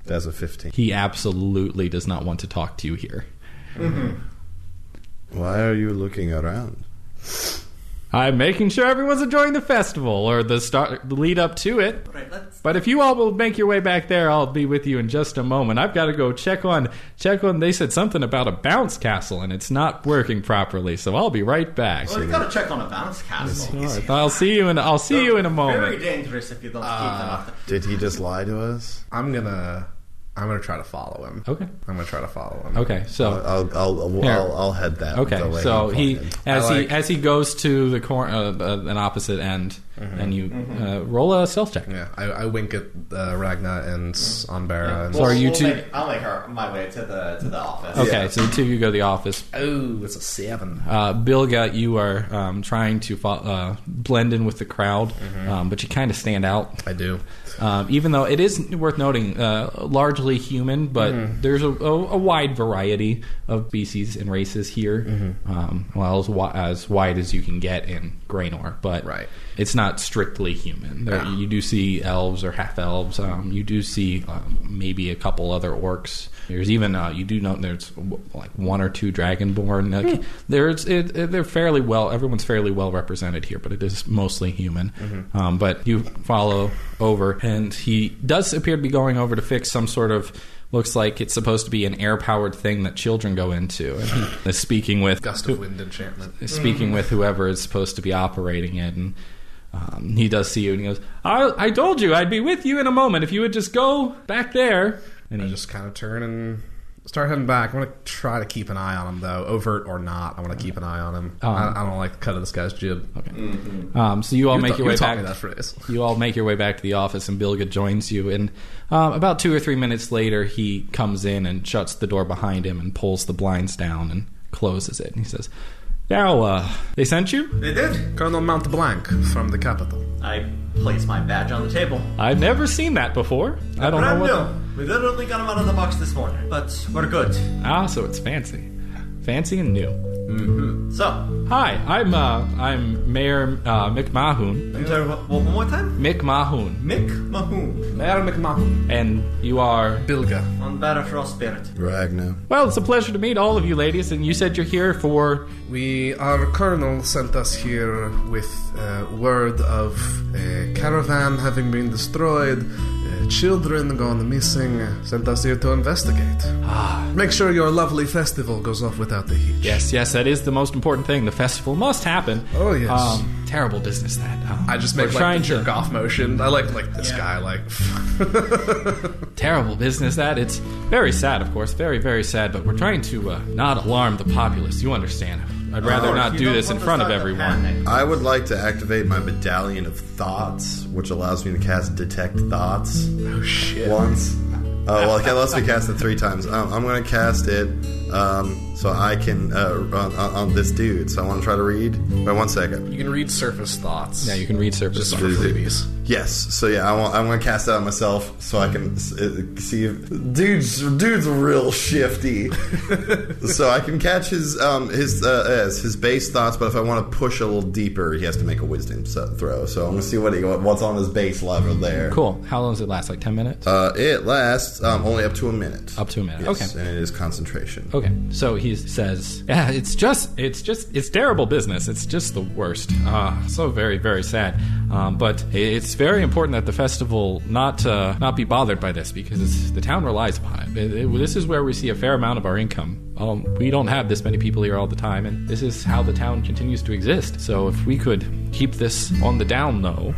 Speaker 6: That's a 15.
Speaker 4: He absolutely does not want to talk to you here.
Speaker 6: Why are you looking around?
Speaker 4: I'm making sure everyone's enjoying the festival or the start the lead up to it.
Speaker 2: Right, let's.
Speaker 4: But if you all will make your way back there, I'll be with you in just a moment. I've got to go check on check on. They said something about a bounce castle and it's not working properly, so I'll be right back.
Speaker 2: Well, you gotta check on a bounce castle.
Speaker 4: All right, I'll see you in I'll see you in a moment. Uh,
Speaker 2: Very dangerous if you don't keep them up.
Speaker 6: Did he just lie to us?
Speaker 3: I'm gonna. I'm gonna try to follow him.
Speaker 4: Okay.
Speaker 3: I'm gonna try to follow him.
Speaker 4: Okay. So
Speaker 1: I'll, I'll, I'll,
Speaker 4: Here.
Speaker 1: I'll, I'll head that.
Speaker 4: Okay,
Speaker 1: the way
Speaker 4: so he
Speaker 1: pointed.
Speaker 4: as
Speaker 3: I
Speaker 4: he
Speaker 3: like-
Speaker 4: as he goes to the cor- uh, uh, an opposite end, and you uh, roll a stealth check.
Speaker 3: Mm-hmm. Yeah, I, I wink at uh, Ragna and Anbera. And
Speaker 4: So are you two?
Speaker 2: Make, I'll make her my way to the to the office.
Speaker 4: Okay, so the two of you go to the office.
Speaker 3: oh, it's a seven.
Speaker 4: Uh, Bilga, you are um, trying to fo- uh, blend in with the crowd,
Speaker 3: Mm-hmm.
Speaker 4: um, but you kind of stand out.
Speaker 3: I do.
Speaker 4: Um, even though it is worth noting, uh, largely human, but
Speaker 3: Mm-hmm.
Speaker 4: there's a, a, a wide variety of species and races here.
Speaker 3: Mm-hmm.
Speaker 4: Um, well, as, wi- as wide as you can get in Graynor, but
Speaker 3: Right.
Speaker 4: it's not strictly human. There,
Speaker 3: Yeah.
Speaker 4: You do see elves or half elves. Um, you do see uh, maybe a couple other orcs. There's even uh, you do know there's w- like one or two dragonborn. Like, There's it, it- they're fairly well. Everyone's fairly well represented here, but it is mostly human. Um, but you follow over, and he does appear to be going over to fix some sort of. Looks like it's supposed to be an air-powered thing that children go into. And he is speaking with
Speaker 3: Gust of wind enchantment.
Speaker 4: speaking with whoever is supposed to be operating it, and um, he does see you, and he goes, I, "I told you I'd be with you in a moment if you would just go back there." And
Speaker 3: I
Speaker 4: he,
Speaker 3: just kind of turn and start heading back. I want to try to keep an eye on him, though, overt or not. I want to keep an eye on him.
Speaker 4: Oh.
Speaker 3: I, I don't like the cut of this guy's jib. Okay.
Speaker 4: um, so you all make your way
Speaker 3: Me that
Speaker 4: back.
Speaker 3: phrase.
Speaker 4: You all make your way back to the office, and Bilga joins you. And um, about two or three minutes later, he comes in and shuts the door behind him and pulls the blinds down and closes it. And he says, "Now, uh, they sent you?
Speaker 2: They did.
Speaker 3: Colonel Montblanc from the capital.
Speaker 2: I place my badge on the table.
Speaker 4: I've never seen that before. I don't know what."
Speaker 2: Brand new. We literally got him out of the box this morning, but we're good.
Speaker 4: Ah, so it's fancy, fancy and new.
Speaker 2: So,
Speaker 4: Hi, I'm uh, I'm Mayor uh, Mick Mahoon.
Speaker 2: I'm sorry, wha- one more time.
Speaker 4: Mick Mahoon,
Speaker 2: Mick Mahoon
Speaker 3: Mayor McMahon.
Speaker 4: and you are
Speaker 3: Bilga.
Speaker 2: on Barra Frost Spirit.
Speaker 1: Ragnar.
Speaker 4: well. It's a pleasure to meet all of you, ladies. And you said you're here for
Speaker 3: We, our colonel sent us here with uh, word of a caravan having been destroyed, uh, children gone missing, sent us here to investigate. Ah. Make sure your lovely festival goes off without the hitch.
Speaker 4: yes, yes. That is the most important thing. The festival must happen.
Speaker 3: Oh, yes.
Speaker 4: Um, terrible business that. Um,
Speaker 3: I just make
Speaker 4: we're
Speaker 3: like
Speaker 4: trying
Speaker 3: the jerk
Speaker 4: to
Speaker 3: off motion. I like like this guy like (laughs)
Speaker 4: terrible business that. It's very sad, of course, very very sad. But we're trying to uh, not alarm the populace. You understand? I'd rather not
Speaker 2: You
Speaker 4: do
Speaker 2: don't
Speaker 4: this in
Speaker 2: want to
Speaker 4: front of
Speaker 2: start the
Speaker 4: everyone.
Speaker 2: panic.
Speaker 1: I would like to activate my medallion of thoughts, which allows me to cast detect thoughts
Speaker 3: oh shit.
Speaker 1: once. Oh well, it lets me cast it three times. Um, I'm gonna cast it um, so I can uh, on, on- on this dude. So I want to try to read. Wait one second.
Speaker 3: You can read surface thoughts.
Speaker 4: Yeah, you can read surface.
Speaker 3: just for freebies.
Speaker 1: Yes. So yeah, I want, I'm gonna cast that on myself so I can s- uh, see if dude's dude's real
Speaker 4: (laughs)
Speaker 1: shifty. so I can catch his um, his uh, yes, his base thoughts, but if I want to push a little deeper, he has to make a wisdom se- throw. So I'm gonna see what he what's on his base level there.
Speaker 4: Cool. How long does it last? Like ten minutes?
Speaker 1: Uh, it lasts um, only up to a minute.
Speaker 4: Up to a minute.
Speaker 1: Yes,
Speaker 4: Okay.
Speaker 1: And it is concentration.
Speaker 4: Okay, so he says, "Yeah, it's just, it's just, it's terrible business. It's just the worst. Ah, so very, very sad. Um, but i- it's very important that the festival not uh, not be bothered by this because it's, the town relies upon it. It- it- This is where we see a fair amount of our income. Um, we don't have this many people here all the time, and this is how the town continues to exist. So if we could keep this on the down low,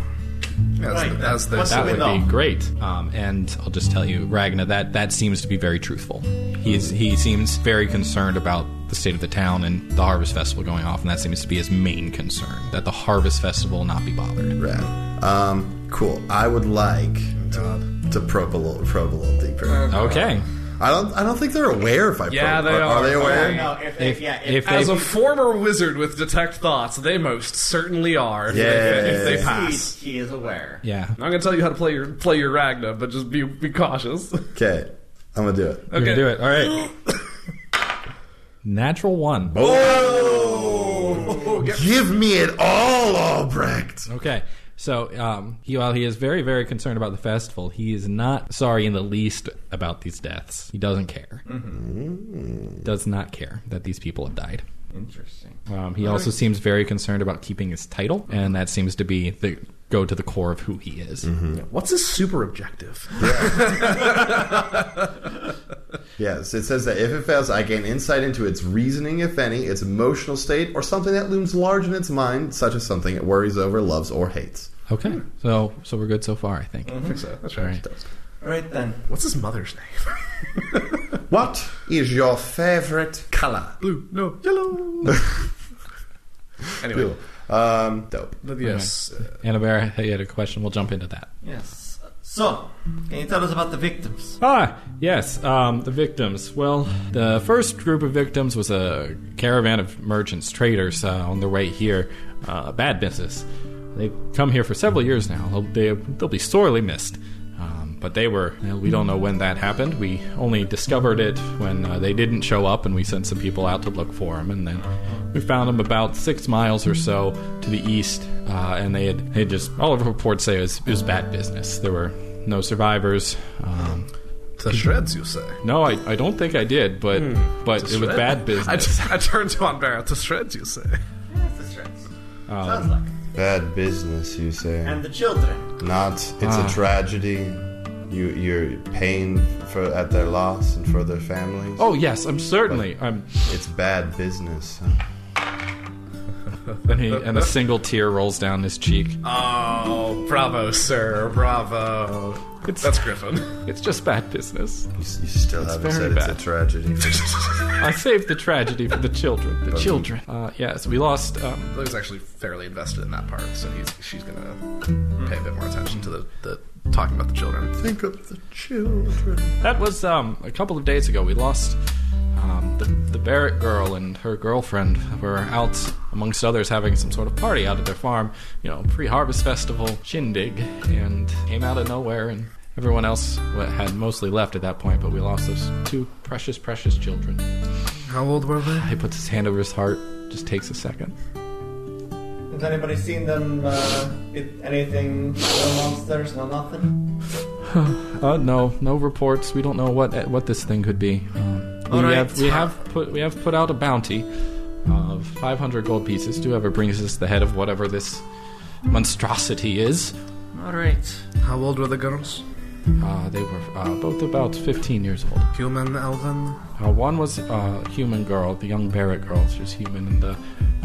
Speaker 3: As,
Speaker 2: Right,
Speaker 3: the, as the-
Speaker 2: what's
Speaker 4: that
Speaker 2: the
Speaker 4: would
Speaker 2: window?
Speaker 4: be great. Um, and I'll just tell you, Ragna, that that seems to be very truthful. He's he seems very concerned about the state of the town and the harvest festival going off, and that seems to be his main concern that the harvest festival not be bothered.
Speaker 1: Rad. Um, cool. I would like
Speaker 3: God.
Speaker 1: to probe a little, probe a little deeper.
Speaker 4: Okay.
Speaker 1: I don't. I don't think they're aware if I.
Speaker 3: Yeah,
Speaker 1: probe.
Speaker 3: they
Speaker 1: are.
Speaker 3: are.
Speaker 1: they aware?
Speaker 2: No, if, if,
Speaker 4: If,
Speaker 2: yeah, if,
Speaker 4: if
Speaker 3: As
Speaker 4: they,
Speaker 3: a former wizard with detect thoughts, they most certainly are. If, they, if they
Speaker 1: Yeah.
Speaker 3: pass.
Speaker 2: He, he is aware.
Speaker 4: yeah,
Speaker 3: I'm not gonna tell you how to play your play your Ragna, but just be be
Speaker 4: (laughs)
Speaker 3: cautious.
Speaker 1: Okay, I'm gonna do it.
Speaker 4: we're gonna do it. All right. Natural one.
Speaker 1: Oh! Give me it all, Albrecht.
Speaker 4: Okay. So, um, he, while he is very, very concerned about the festival, he is not sorry in the least about these deaths. He doesn't care. Does not care that these people have died.
Speaker 2: Interesting.
Speaker 4: Um, he also seems very concerned about keeping his title, and that seems to be the go to the core of who he is.
Speaker 3: What's his super objective?
Speaker 1: Yes, it says that if it fails, I gain insight into its reasoning, if any, its emotional state, or something that looms large in its mind, such as something it worries over, loves, or hates.
Speaker 4: Okay, so so we're good so far, I think.
Speaker 3: I think so. That's
Speaker 4: All right.
Speaker 2: Right then.
Speaker 3: What's his mother's name? (laughs)
Speaker 1: What is your favorite color?
Speaker 3: Blue, no,
Speaker 4: (laughs)
Speaker 3: yellow. anyway,
Speaker 1: Um, dope.
Speaker 3: but yes. uh,
Speaker 4: Annabera, you had a question. We'll jump into that.
Speaker 2: Yes. So, can you tell us about the victims?
Speaker 4: Ah, yes, um, the victims. Well, the first group of victims was a caravan of merchants, traders uh, on their way here. Uh, bad business. They've come here for several years now. They'll, they, they'll be sorely missed. Um, but they were, well, we don't know when that happened. We only discovered it when uh, they didn't show up, and we sent some people out to look for them. And then we found them about six miles or so to the east, uh, and they had, they had just, all of the reports say it was, it was bad business. There were no survivors. Um,
Speaker 3: To shreds, you say?
Speaker 4: no, I, I don't think I did, but but it was
Speaker 3: Shred?
Speaker 4: bad business.
Speaker 3: (laughs) I, just, I turned to Andrea. To shreds, you say?
Speaker 2: Yes, the stress. Sounds like. it.
Speaker 1: Bad business, you say.
Speaker 2: And the children.
Speaker 1: Not. It's a tragedy. You you're paying for at their loss and for their families.
Speaker 4: oh yes, I'm certainly. I'm.
Speaker 1: It's bad business.
Speaker 4: And, he, and a single tear rolls down his cheek.
Speaker 3: Oh, bravo, sir, bravo.
Speaker 4: It's
Speaker 3: That's Griffin. (laughs)
Speaker 4: it's just bad business.
Speaker 1: You, s- you still haven't
Speaker 4: very
Speaker 1: said
Speaker 4: bad.
Speaker 1: it's a tragedy.
Speaker 4: I saved the tragedy for the children. The children. Uh, yes, we lost. Um,
Speaker 3: He's actually fairly invested in that part, so he's she's gonna pay a bit more attention to the, the talking about the children.
Speaker 1: Think of the children.
Speaker 4: that was um, a couple of days ago. We lost. Um, the, the Barrett girl and her girlfriend were out, amongst others, having some sort of party out at their farm, you know, pre harvest festival shindig, and came out of nowhere, and everyone else wa- had mostly left at that point, but we lost those two precious, precious children.
Speaker 3: How old were they?
Speaker 4: He puts his hand over his heart, just takes a second.
Speaker 2: Has anybody seen them? Uh, it, anything? No monsters? No nothing?
Speaker 4: Uh, no, no reports. We don't know what uh, what this thing could be. Um, we
Speaker 2: Alright.
Speaker 4: have we have put we have put out a bounty of 500 gold pieces to whoever brings us the head of whatever this monstrosity is.
Speaker 2: All right.
Speaker 3: How old were the girls?
Speaker 4: Uh, they were uh, both about 15 years old.
Speaker 3: Human, elven?
Speaker 4: Uh, one was a uh, human girl, the young Barrett girl. She was human, and the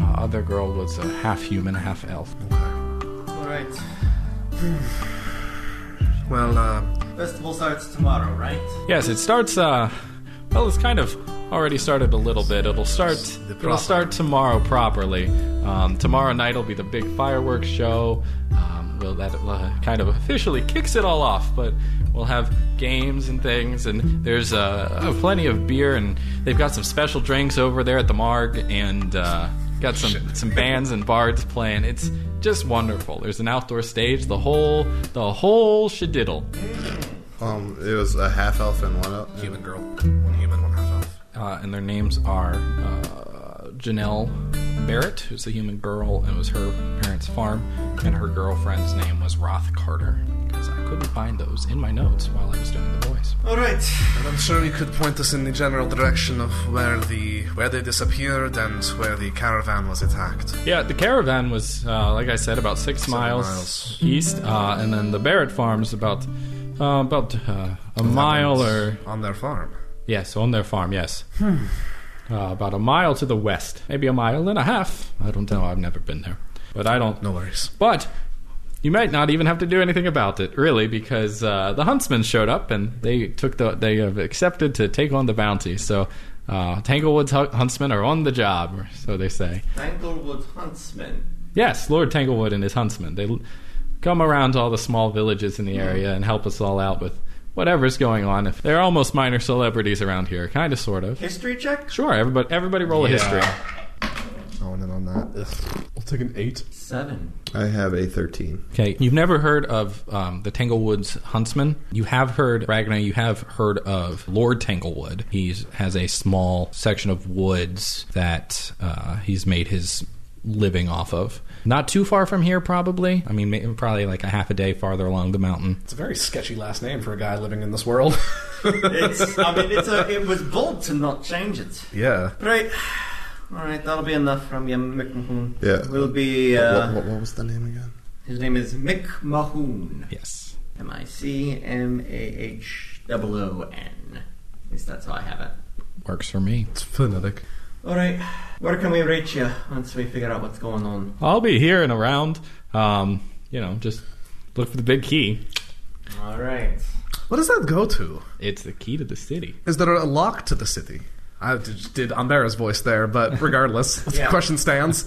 Speaker 4: uh, other girl was a half human, half elf.
Speaker 2: All right.
Speaker 3: Well, uh,
Speaker 2: Festival starts tomorrow, right?
Speaker 4: Yes, it starts. Uh, well, it's kind of already started a little bit. It'll start.
Speaker 3: The proper-
Speaker 4: It'll start tomorrow properly. Um, tomorrow night will be the big fireworks show. Um, well, that uh, kind of officially kicks it all off, but we'll have games and things, and there's uh, plenty of beer, and they've got some special drinks over there at the Marg, and uh, got some some bands and bards playing. It's just wonderful. There's an outdoor stage. The whole the whole shediddle.
Speaker 1: Um, it was a half elf and one elf.
Speaker 3: human girl. One human, one half elf.
Speaker 4: uh, and their names are uh, Janelle Barrett, who's a human girl, and it was her parents' farm, and her girlfriend's name was Roth Carter. Because I couldn't find those in my notes while I was doing the voice.
Speaker 2: All right.
Speaker 3: And I'm sure you could point us in the general direction of where the where they disappeared and where the caravan was attacked.
Speaker 4: Yeah, the caravan was, uh, like I said, about six miles,
Speaker 3: miles.
Speaker 4: (laughs) east, uh, and then the Barrett farm's about uh, about uh, a mile or
Speaker 3: on their farm.
Speaker 4: Yes, on their farm, yes. Uh, about a mile to the west, maybe a mile and a half. I don't know. I've never been there, but I don't.
Speaker 3: No worries.
Speaker 4: But you might not even have to do anything about it, really, because uh, the huntsmen showed up and they took the they have accepted to take on the bounty. So uh, Tanglewood's hu- huntsmen are on the job, or so they say.
Speaker 2: Tanglewood Huntsman.
Speaker 4: Yes, Lord Tanglewood and his huntsmen. They l- come around to all the small villages in the area and help us all out with whatever's going on. If they're almost minor celebrities around here, kind of, sort of.
Speaker 2: History check?
Speaker 4: Sure, everybody, everybody, roll a history.
Speaker 3: Oh, and then on that,
Speaker 8: I'll take an eight.
Speaker 2: Seven.
Speaker 1: I have a thirteen.
Speaker 4: Okay, you've never heard of um, the Tanglewood's huntsman. You have heard Ragnar. You have heard of Lord Tanglewood. He has a small section of woods that uh, he's made his living off of. Not too far from here, probably. I mean, ma- probably like a half a day farther along the mountain.
Speaker 3: it's a very sketchy last name for a guy living in this world. (laughs)
Speaker 2: It's, I mean, it's a, it was bold to not change it.
Speaker 3: yeah.
Speaker 2: Right. All right, that'll be enough from you, Mick Mahoon.
Speaker 1: Yeah.
Speaker 2: Will be, uh,
Speaker 1: What, what, what was the name again?
Speaker 2: his name is Mick Mahoon.
Speaker 4: Yes.
Speaker 2: M I C M A H O O N. At least that's how I have it.
Speaker 4: Works for me.
Speaker 3: It's phonetic.
Speaker 2: All right, where can we reach you once we figure out what's going on?
Speaker 4: I'll be here and around. Um, you know, just look for the big key.
Speaker 2: All right.
Speaker 3: What does that go to?
Speaker 4: It's the key to the city.
Speaker 3: Is there a lock to the city? I just did Ambera's voice there, (laughs) but regardless, the question (laughs) stands.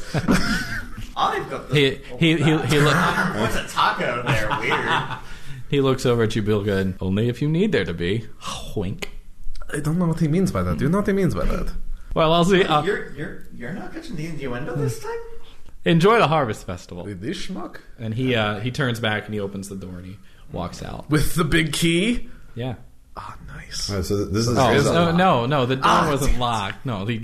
Speaker 2: I've got the.
Speaker 4: He he he, he, look,
Speaker 2: What's a taco there? Weird.
Speaker 4: he looks over at you, Bilga, and only if you need there to be. Wink.
Speaker 3: I don't know what he means by that. Do you know what he means by that?
Speaker 4: Well, I'll
Speaker 2: (laughs)
Speaker 4: see. Uh,
Speaker 2: You're you're you're not catching the innuendo this time.
Speaker 4: enjoy the harvest festival.
Speaker 3: This schmuck?
Speaker 4: And he uh, he turns back and he opens the door and he walks out.
Speaker 3: With the big key?
Speaker 4: Yeah.
Speaker 3: Ah, nice.
Speaker 1: Alright, so this is.
Speaker 4: Oh
Speaker 1: this is
Speaker 4: no, no, no! The door wasn't locked. No, the,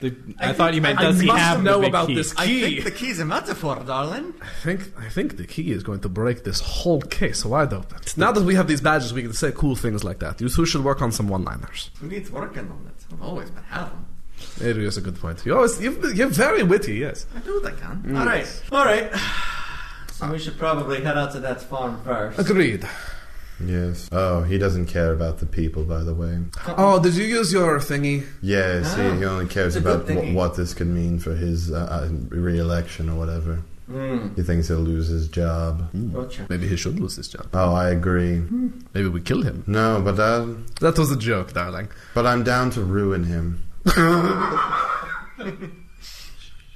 Speaker 4: the I, thought you meant
Speaker 3: Ah, I
Speaker 4: does he
Speaker 3: must
Speaker 4: have the
Speaker 3: know
Speaker 4: big
Speaker 3: about
Speaker 4: key?
Speaker 3: this
Speaker 2: I
Speaker 3: key.
Speaker 2: think the key's a metaphor, darling.
Speaker 3: I think I think the key is going to break this whole case wide open. Now that we have these badges, we can say cool things like that. You two should work on some one-liners.
Speaker 2: Who needs working on it? I've always been having.
Speaker 3: It is a good point. You always you, you're very witty. Yes.
Speaker 2: I do what I can.
Speaker 3: Mm.
Speaker 2: All right, all right. So we should probably head out to that farm first.
Speaker 3: Agreed.
Speaker 1: Yes. Oh, he doesn't care about the people, by the way.
Speaker 3: Oh, did you use your thingy?
Speaker 1: Yes, he, he only cares
Speaker 2: It's a good
Speaker 1: about wh-
Speaker 2: thingy.
Speaker 1: what this could mean for his uh, uh, re-election or whatever. He thinks he'll lose his job.
Speaker 2: Gotcha.
Speaker 3: Maybe he should lose his job.
Speaker 1: Oh, I agree.
Speaker 3: Maybe we kill him.
Speaker 1: No, but uh,
Speaker 3: That was a joke, darling.
Speaker 1: but I'm down to ruin him.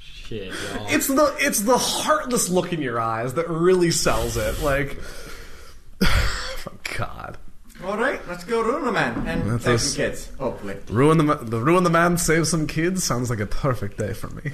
Speaker 4: Shit, y'all.
Speaker 3: It's the it's the heartless look in your eyes that really sells it. Like, (sighs) God,
Speaker 2: All right, let's go ruin the man and
Speaker 3: That's
Speaker 2: save
Speaker 3: us.
Speaker 2: some kids, hopefully.
Speaker 3: ruin the, ma- the ruin the man, save some kids. Sounds like a perfect day for me.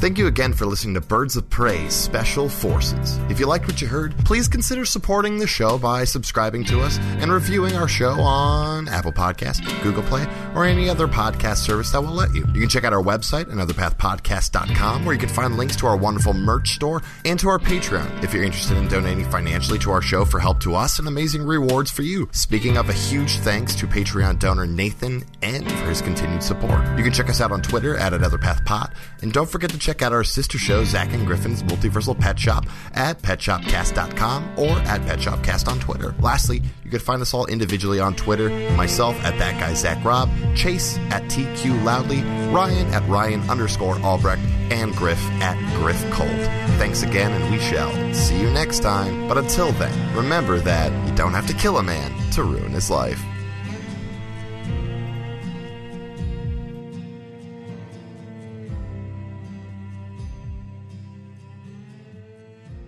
Speaker 9: Thank you again for listening to Birds of Prey Special Forces. If you liked what you heard, please consider supporting the show by subscribing to us and reviewing our show on Apple Podcasts, Google Play, or any other podcast service that will let you. You can check out our website, anotherpathpodcast.com, where you can find links to our wonderful merch store and to our Patreon if you're interested in donating financially to our show for help to us and amazing rewards for you. Speaking of, a huge thanks to Patreon donor Nathan and for his continued support. You can check us out on Twitter at Another Path Pod, and don't forget to check out our sister show, Zach and Griffin's Multiversal Pet Shop, at petshopcast.com or at petshopcast on Twitter. Lastly, you can find us all individually on Twitter, myself at that guy Zach Robb, Chase at TQ Loudly, Ryan at Ryan underscore Albrecht, and Griff at Griff Cold. Thanks again, and we shall see you next time. But until then, remember that you don't have to kill a man to ruin his life.